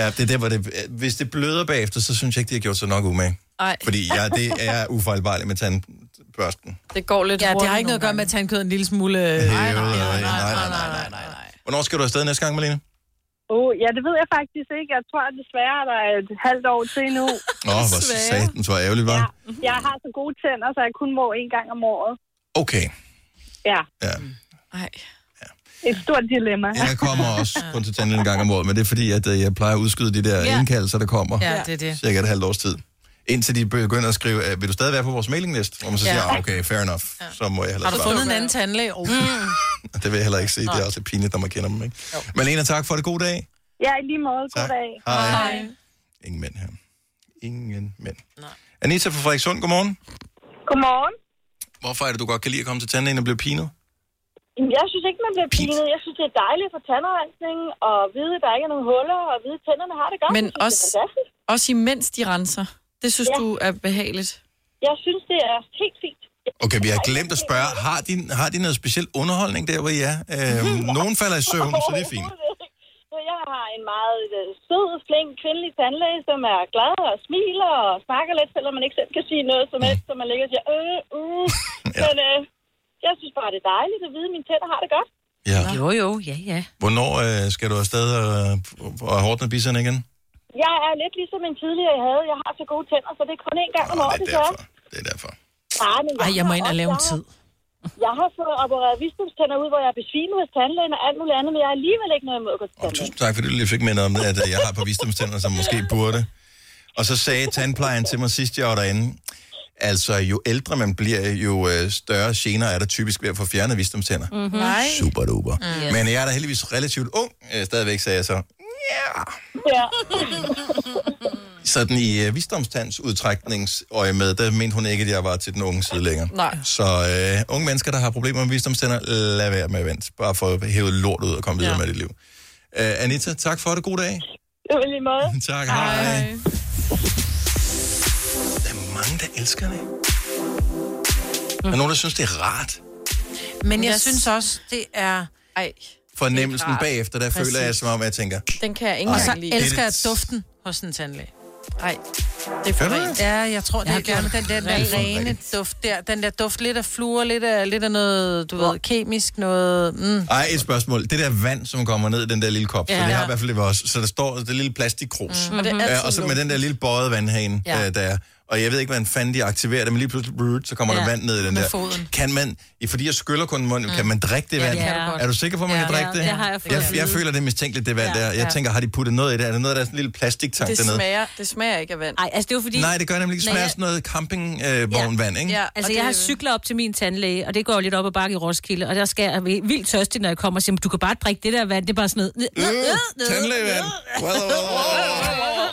S1: Ja, det er der, hvor det, hvis det bløder bagefter, så synes jeg ikke, de har gjort sig nok umage.
S4: Ej.
S1: Fordi jeg, det er ufejlbarligt med tandbørsten.
S4: Det går lidt
S5: ja, det
S4: hurtigt
S5: har ikke noget at gøre med, at tandkød en lille smule... øh,
S1: Det er
S5: Nej,
S1: jo- nej, nej, nej, nej, nej, nej. Hvornår skal du afsted næste gang, Malene?
S13: Uh, ja, det ved jeg faktisk ikke. Jeg tror desværre, at der er et halvt år til nu.
S1: Åh, oh, hvor satan, så ærgerligt, var. Ja.
S13: Jeg har så gode tænder, så jeg kun må en gang om året.
S1: Okay,
S13: Ja.
S1: ja.
S4: Ej.
S13: Et stort dilemma.
S1: Jeg kommer også kun til tandlægen en gang om året, men det er fordi, at øh, jeg plejer at udskyde de der
S13: Ja.
S1: indkaldelser, der kommer.
S13: Ja, det er det.
S1: Cirka et halvt års tid. Indtil de begynder at skrive, øh, vil du stadig være på vores mailingliste? Hvor man så
S5: Ja.
S1: siger, ja. okay, fair enough, så må jeg
S5: har
S1: hellere
S5: du fundet en anden tandlæge? Oh.
S4: Mm.
S1: Det vil jeg heller ikke se, det er også lidt pinligt, når man kender dem, ikke? Malena, tak for det. God dag.
S13: Ja, i lige måde. God
S1: Tak.
S13: dag.
S1: Hej. Hej. Ingen mænd her. Ingen mænd. Anita fra Frederikssund, godmorgen.
S13: Godmorgen.
S1: Hvorfor er det, du godt kan lide at komme til tandlægen og blive pinet?
S13: Jamen, Jeg synes ikke, man bliver pinet. Jeg synes, det er dejligt at få tandrensning og vide, at der ikke er nogen huller, og vide, at tænderne har det godt.
S4: Men
S13: jeg synes,
S4: også,
S13: Det er fantastisk.
S4: også imens de renser. Det synes ja. du er behageligt.
S13: Jeg synes, det er helt fint.
S1: Okay, vi har glemt at spørge, har de, har de noget speciel underholdning der, hvor I er? Øhm, nogen falder i søvn, så det er fint.
S13: Så jeg har en meget øh, sød, flink kvindelig tandlæge, som er glad og smiler og snakker lidt, selvom man ikke selv kan sige noget som helst, så man ligger og siger, øh, uh. ja. Men øh, jeg synes bare, det er dejligt at vide, at mine tænder har det godt.
S1: Ja.
S5: Jo, jo, ja, ja.
S1: Hvornår øh, skal du afsted og, og hårdne bisserne igen?
S13: Jeg er lidt ligesom en tidligere, jeg havde. Jeg har så gode tænder, så det er kun én gang om året, det er derfor.
S1: Det er derfor.
S13: Nej, men jeg
S5: Ej, jeg må
S13: har
S5: ind og
S13: også-
S5: lave en
S13: jeg har-
S5: tid.
S13: Jeg har fået opereret visdomstænder ud, hvor jeg er besvimet hos tandlægen og alt muligt andet, men jeg har alligevel ikke noget imod at gå til tandlægen.
S1: Tak fordi du lige fik mindet om det, at øh, jeg har på visdomstænder, som måske burde. Og så sagde tandplejen til mig sidst, jeg var derinde, altså jo ældre man bliver, jo øh, større gener er der typisk ved at få fjernet visdomstænder.
S5: Mm-hmm. Nej.
S1: Super duper. Mm. Men jeg er da heldigvis relativt ung øh, stadigvæk, sagde jeg så.
S8: Ja.
S1: Sådan i øh, visdomstandsudtrækningsøje med, der mente hun ikke, at jeg var til den unge side længere.
S4: Nej.
S1: Så øh, unge mennesker, der har problemer med visdomstænder, lad være med at vente. Bare for at hæve lort ud og komme videre med dit liv. Øh, Anita, tak for det. God dag.
S8: Det var lige måde.
S1: Tak, hej. hej. Der er mange, der elsker det. Der er nogen, der synes, det er rart.
S5: Men jeg
S4: Yes.
S5: synes også, det er...
S4: Ej.
S1: Fornemmelsen
S5: Det er rart.
S1: bagefter, der Præcis. føler jeg,
S5: Præcis.
S1: som om jeg tænker,
S4: Den kan jeg ikke
S5: Og
S4: engang
S5: så
S4: lide.
S5: elsker jeg duften hos en tandlæge.
S4: Nej, det er for
S5: Gør du
S4: rent.
S5: det? Ja, jeg tror, det
S4: Jeg
S5: jeg
S4: har
S5: er gerne
S4: gjort
S5: den der, den
S4: rigtig
S5: der rene duft der. Den der duft lidt af fluer, lidt af, lidt af noget, du ved, kemisk noget. Mm.
S1: Ej, et spørgsmål. Det der vand, som kommer ned i den der lille kop, ja. så
S5: Ja.
S1: det har i hvert fald det var også. Så der står det lille plastikkrus.
S5: Mm. Og
S1: Mm. Og,
S5: det er altid
S1: og så med
S5: lukket.
S1: den der lille bøjede vandhane,
S5: Ja.
S1: ja. øh, der er. Og jeg ved ikke, hvordan fanden de aktiverer det, men lige pludselig, brrrt, så kommer ja.
S5: Ja,
S1: der vand ned i den
S5: med
S1: der.
S5: foden.
S1: Kan man, i- fordi jeg skyller kun munden, mm. kan man drikke det
S5: Ja, det
S1: vand?
S5: kan du godt.
S1: er du sikker på, at man
S5: Ja.
S1: kan drikke
S5: Ja,
S1: det?
S5: det har jeg fået
S1: jeg,
S5: at
S1: jeg
S5: vide.
S1: føler, det er mistænkeligt, det vand
S5: Ja,
S1: der. Jeg
S5: ja.
S1: tænker, har de puttet noget i det? Er det noget, der er sådan en lille plastiktank
S4: Det
S1: dernede?
S4: smager, det smager ikke af vand.
S3: Nej, altså det er jo fordi...
S1: Nej, det gør nemlig ikke. Det
S3: Nej,
S1: smager
S3: jeg-
S1: sådan noget campingvognvand, ikke?
S3: Ja, altså, jeg har cykler op til min tandlæge, og det går jo lidt op ad bakke i Roskilde, og der skal jeg være vildt tørstig, når jeg kommer og siger, "Men du kan bare drikke det der vand, det er bare sådan noget... Øh, øh, øh,
S1: Tandlægevand.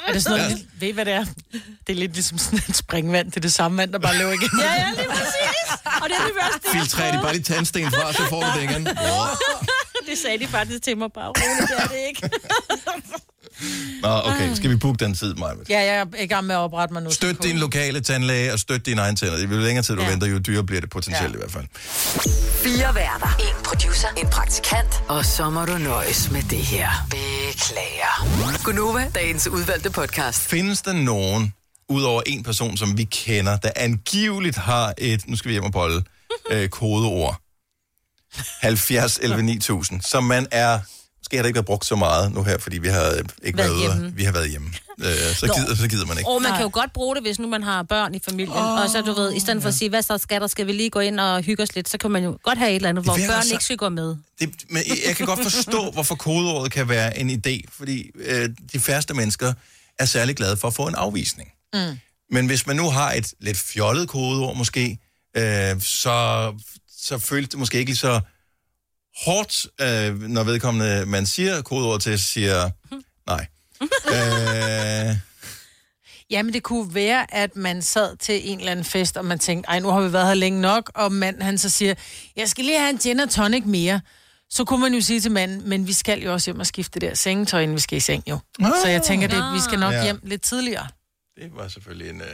S18: Er det sådan noget, ja. ved I, hvad det er? Det er lidt ligesom sådan et springvand. Det er det samme vand, der bare løber igen.
S3: Ja, ja, lige præcis. Og det er lige også det, jeg
S1: Filtrer de bare de tandsten fra, så får du det igen.
S3: prøver. Det sagde de faktisk til mig bare. Roligt, det er det ikke.
S1: Nå, okay. Skal vi booke den tid, Maja?
S5: Ja, jeg er i gang med at oprette mig nu.
S1: Støt din lokale tandlæge og støt dine egne tænder. Jo længere tid du
S6: Ja.
S1: ja. venter, jo dyrere bliver det potentielt ja. i hvert fald.
S6: Fire værter. En producer. En praktikant. Og så må du nøjes med det her. Beklager. Gunova, dagens udvalgte podcast.
S1: Findes der nogen, udover en person, som vi kender, der angiveligt har et, nu skal vi hjem og bolle, øh, kodeord, 70 11 9000, som man er, måske har det ikke været brugt så meget nu her, fordi vi har øh, ikke
S3: Været
S1: været, været
S3: hjemme.
S1: Vi har været hjemme. Øh, så,
S3: Nå.
S1: gider, så gider man ikke.
S3: Og man kan jo godt bruge det, hvis nu man har børn i familien. Oh, og så du ved, i stedet for at sige, hvad så skal der, skal vi lige gå ind og hygge os lidt, så kan man jo godt have et eller andet, hvor
S1: Det vil jeg
S3: børn
S1: også-
S3: ikke skal gå med.
S1: Det, men jeg kan godt forstå, hvorfor kodeordet kan være en idé, fordi øh, de færreste mennesker er særlig glade for at få en afvisning.
S23: Mm.
S1: Men hvis man nu har et lidt fjollet kodeord måske, øh, så, så føles det måske ikke lige så hårdt, øh, når vedkommende, man siger kodeord til, siger nej. øh,
S5: Jamen, det kunne være, at man sad til en eller anden fest, og man tænkte, ej, nu har vi været her længe nok, og manden han så siger, jeg skal lige have en gin og tonic mere. Så kunne man jo sige til manden, men vi skal jo også hjem og skifte det der sengetøj, inden vi skal i seng jo.
S1: Nå.
S5: så jeg tænker, det, vi skal nok
S1: Ah. Ja.
S5: hjem lidt tidligere.
S1: det var selvfølgelig en... Øh...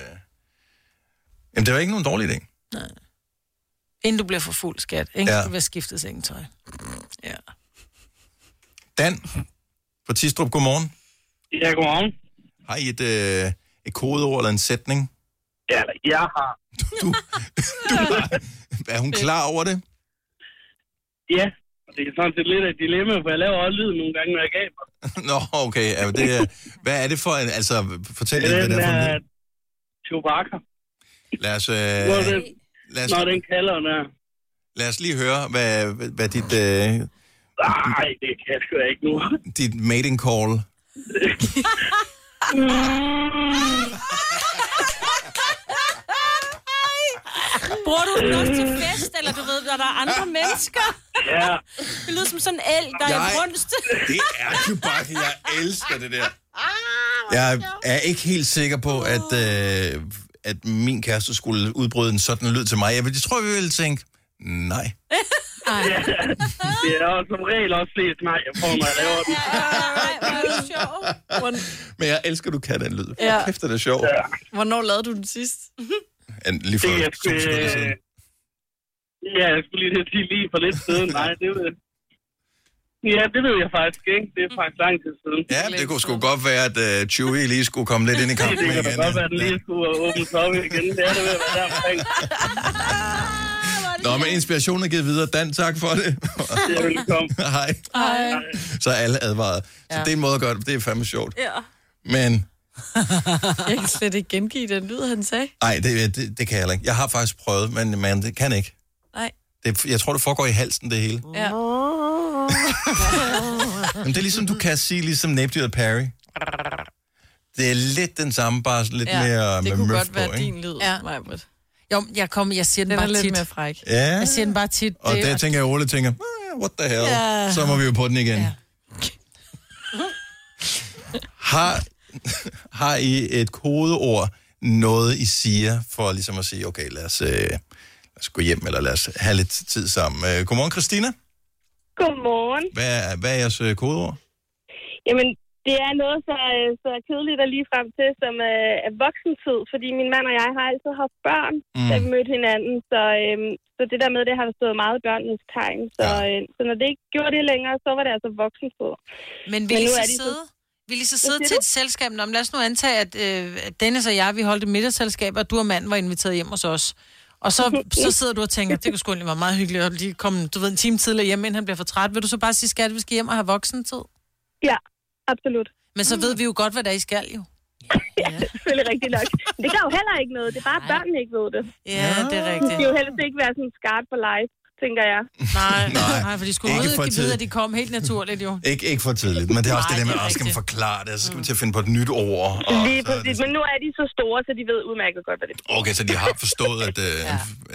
S1: Jamen, det var ikke nogen dårlig idé.
S5: Inden du bliver for fuld skat, ikke?
S1: Ja.
S5: Ja. Du vil skifte sengetøj. Ja.
S1: Dan fra Tistrup, godmorgen.
S15: Ja, godmorgen.
S1: Har I et, øh, et kodeord eller en sætning?
S15: Ja, jeg har.
S1: Er hun klar over det?
S15: Ja, og det er sådan set lidt af et dilemma, for jeg laver også lyd nogle gange, når jeg gaber.
S1: Nå, okay. Er det, øh, hvad er det for en... Altså, fortæl lige, hvad
S15: Den
S1: det er for en
S15: er
S1: lyd.
S15: Chewbacca.
S1: Lad os, øh,
S15: Når den,
S1: lad, os,
S15: når den kalder, den er.
S1: lad os lige høre, hvad, hvad dit, øh,
S15: Nej, det kan jeg sgu da ikke nu.
S1: dit mating call...
S15: Mm.
S3: Bruger du den også til fest, eller du ved, når der er andre mennesker?
S15: Ja.
S3: Det lyder som sådan en el, der er i
S1: Jeg-
S3: brunst.
S1: Det er Chewbacca. Jeg elsker det der. Jeg er ikke helt sikker på, at, øh, at min kæreste skulle udbryde en sådan lyd til mig. Jeg, vil- jeg tror, vi ville tænke, nej.
S15: Ja. Det er også som regel også flest nej, jeg får, når jeg laver den.
S1: Men jeg elsker, du kan den lyd.
S4: Ja.
S1: Ja. Kæft, det er sjovt.
S4: Hvornår lavede du den sidst?
S1: Ja. Lige for
S15: Det er
S1: tusind
S15: sgu,
S1: år siden.
S15: øh, Ja, jeg skulle lige til at sige lige for lidt siden. Nej, det ved jeg. Ja, det ved jeg faktisk ikke. Det er faktisk lang tid siden.
S1: Ja, det kunne sgu godt være, at øh, Chewie lige skulle komme lidt ind i kampen
S15: Det kan da
S1: igen.
S15: godt være, at den lige skulle åbne sig op igen. Det er det ved at være der omkring.
S1: Nå, men inspirationen er givet videre. Dan, tak for det.
S15: Velkommen.
S1: Hej.
S15: Hej.
S1: Så er alle advaret. Så
S4: Ja.
S1: det er en måde at gøre det. Det er fandme sjovt.
S4: Ja.
S1: Men
S4: Jeg kan slet ikke gengive den lyd, han sagde.
S1: nej, det, det, det kan jeg heller ikke. Jeg har faktisk prøvet, men man, det kan ikke.
S4: Nej.
S1: Det, jeg tror, det foregår i halsen, det hele.
S4: Ja.
S1: Men det er ligesom, du kan sige, ligesom Næbdyret Perry. Det er lidt den samme, bare lidt
S5: Ja,
S1: mere
S5: det
S1: med
S5: kunne
S1: møf
S5: godt
S1: på,
S5: være
S1: ikke?
S5: din
S4: lyd,
S5: ja. Jo, jeg, kom, jeg siger den,
S4: Den er
S5: bare
S4: lidt
S5: tit.
S4: mere fræk.
S1: Ja.
S5: Jeg siger den bare tit.
S1: Og
S5: det-
S1: der tænker jeg, Ole tænker, "Ah, what the hell?
S5: Ja.
S1: Så må vi jo på den igen. Har, har I et kodeord, noget I siger, for ligesom at sige, okay, lad os, øh, lad os gå hjem, eller lad os have lidt tid sammen. Øh, godmorgen, Christina.
S7: Godmorgen.
S1: Hvad er, hvad er jeres øh, kodeord?
S7: Jamen, det er noget så, øh, så kedeligt og lige frem til, som øh, er voksentid, fordi min mand og jeg har altid haft børn, mm. da vi mødte hinanden, så, øh, så det der med, det har der stået meget i børnenes tegn, så, ja. øh, så når det ikke gjorde det længere, så var det altså voksentid.
S2: Men vil I
S7: nu
S2: så
S7: er de
S2: sidde? Vil I så sidde
S7: Hvad siger
S2: til
S7: du?
S2: et selskab? Nå, men lad os nu antage, at øh, at Dennis og jeg, vi holdt et middagsselskab, og du og manden var inviteret hjem hos os. Og så, så sidder du og tænker, det kunne sgu egentlig være meget hyggeligt at lige komme, du ved, en time tidligere hjem, inden han bliver for træt. Vil du så bare sige, skat, vi skal hjem og have voksentid?
S7: Ja, absolut.
S2: Men
S7: Mm.
S2: så ved vi jo godt, hvad der er, I skal jo.
S7: Ja, det er selvfølgelig rigtigt nok. Men det gør jo heller ikke noget. Det er bare, at børnene ikke ved det.
S2: Ja, det er rigtigt.
S7: De skal jo helst ikke være sådan skarp for life, tænker jeg.
S2: Nej, nej, nej for de skulle
S1: ikke
S2: ikke
S1: for
S2: give
S1: tid.
S2: vide, at de kom helt naturligt jo.
S1: Ikke, ikke for tidligt, men det er også
S2: Nej,
S1: det der med,
S2: det er
S1: at skal man
S2: rigtigt.
S1: forklare det, og så skal man til at finde på et nyt ord. Og,
S7: Lige præcis. Men nu er de så store, så de ved udmærket godt, hvad det er.
S1: okay, så de har forstået, at, øh, ja.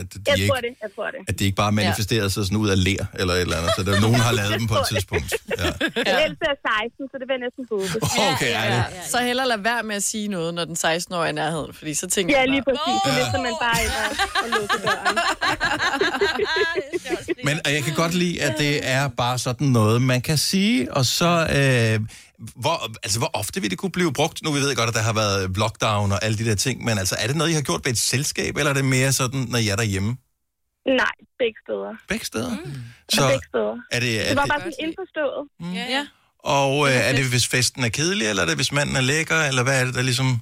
S1: at, de
S7: Jeg
S1: ikke,
S7: tror det, jeg tror det.
S1: at de ikke bare manifesterer sig sådan ud af ler, eller et eller andet, så der, nogen har lavet dem på et tidspunkt.
S7: Den ældste er 16, så det vil jeg næsten håbe.
S1: Okay, ja, ja,
S4: ja. Så heller lade være med at sige noget, når den 16 år er i nærheden, fordi så tænker
S7: Ja,
S4: man bare,
S7: lige præcis. Så
S1: Ja.
S7: mister man bare ind og, og lukker døren.
S1: Men og jeg kan godt lide, at det er bare sådan noget, man kan sige, og så... Øh, hvor, altså, hvor ofte vil det kunne blive brugt? Nu vi ved godt, at der har været lockdown og alle de der ting, men altså, er det noget, I har gjort ved et selskab, eller er det mere sådan, når jeg er derhjemme?
S7: Nej, begge steder.
S1: Begge steder? Mm.
S7: Så,
S1: Så
S7: begge steder.
S1: er det... Er
S7: Det var
S1: det
S7: bare sådan indforstået. Mm.
S4: Ja, ja.
S1: og øh, er det, hvis festen er kedelig, eller er det, hvis manden er lækker, eller hvad er det, der ligesom...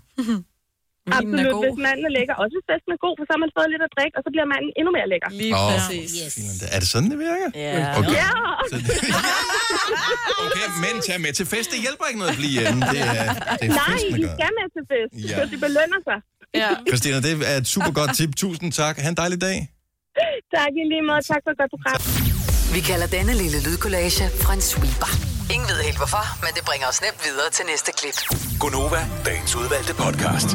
S7: Absolut, hvis manden er lækker. Også hvis festen er god, for så har man fået lidt at drikke, og så bliver manden endnu mere lækker.
S1: Lige Åh, præcis.
S7: Yes.
S1: Er det sådan, det virker?
S7: Ja.
S1: Okay.
S7: Ja.
S1: Så det- okay, men tag med til fest. Det hjælper ikke noget at blive hjemme. Det er, det er
S7: Nej,
S1: festen, der
S7: I
S1: gør det.
S7: skal med til fest,
S1: Ja.
S7: ja. så det belønner sig. Ja.
S1: Christina, det er et super godt tip. Tusind tak. Ha' en dejlig dag.
S7: tak i lige måde. Tak for et godt program.
S6: Vi kalder denne lille lydkollage en sweeper. Ingen ved helt hvorfor, men det bringer os nemt videre til næste klip.
S17: Gonova, dagens udvalgte podcast.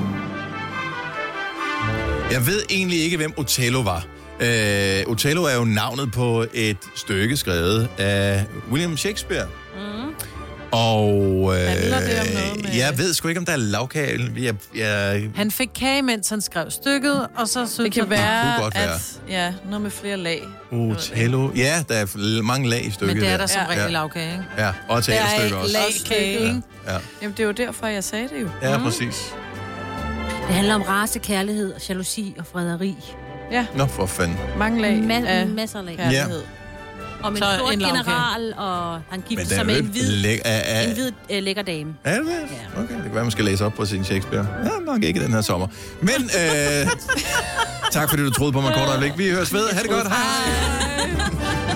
S1: Jeg ved egentlig ikke, hvem Othello var. Øh, Othello er jo navnet på et stykke skrevet af William Shakespeare.
S3: Mm.
S1: Og øh,
S2: det om noget med-
S1: jeg ved sgu ikke, om der er lavkage. Jeg, jeg,
S2: Han fik kage, mens han skrev stykket, og så synes
S4: Det kan
S2: han-
S4: være,
S1: kunne godt være.
S4: at... Ja, noget med flere lag.
S1: Othello. Ja, der er fl- mange lag i stykket.
S4: Men det er der som
S1: ja.
S4: regel
S1: ja.
S2: lavkage, ikke?
S1: Ja, og
S4: Der er
S1: teaterstykker
S4: et
S1: også.
S4: lagkage, ikke?
S1: Ja,
S4: Jamen, det er jo derfor, jeg sagde det jo. Mm.
S1: ja.
S3: Mm.
S1: ja præcis.
S3: Det handler om race, kærlighed, og jalousi og frederi.
S4: Ja.
S1: Nå, for fanden.
S4: Mange lag
S3: Ma-
S4: af
S3: Masser af lag.
S1: kærlighed.
S3: Om en
S2: Så en
S3: sort en
S2: lagkage.
S3: general, og han
S1: Men
S3: gifter
S1: den er
S3: sig med
S1: jo
S3: en
S1: ikke
S3: hvid,
S1: læk- er- er-
S3: en hvid øh, lækker dame.
S1: Er det det? Okay, det kan være, man skal læse op på sin Shakespeare. Ja, nok ikke den her sommer. Men øh, tak, fordi du troede på mig kort øjeblik. Vi høres ved. Ha' det godt. Hej.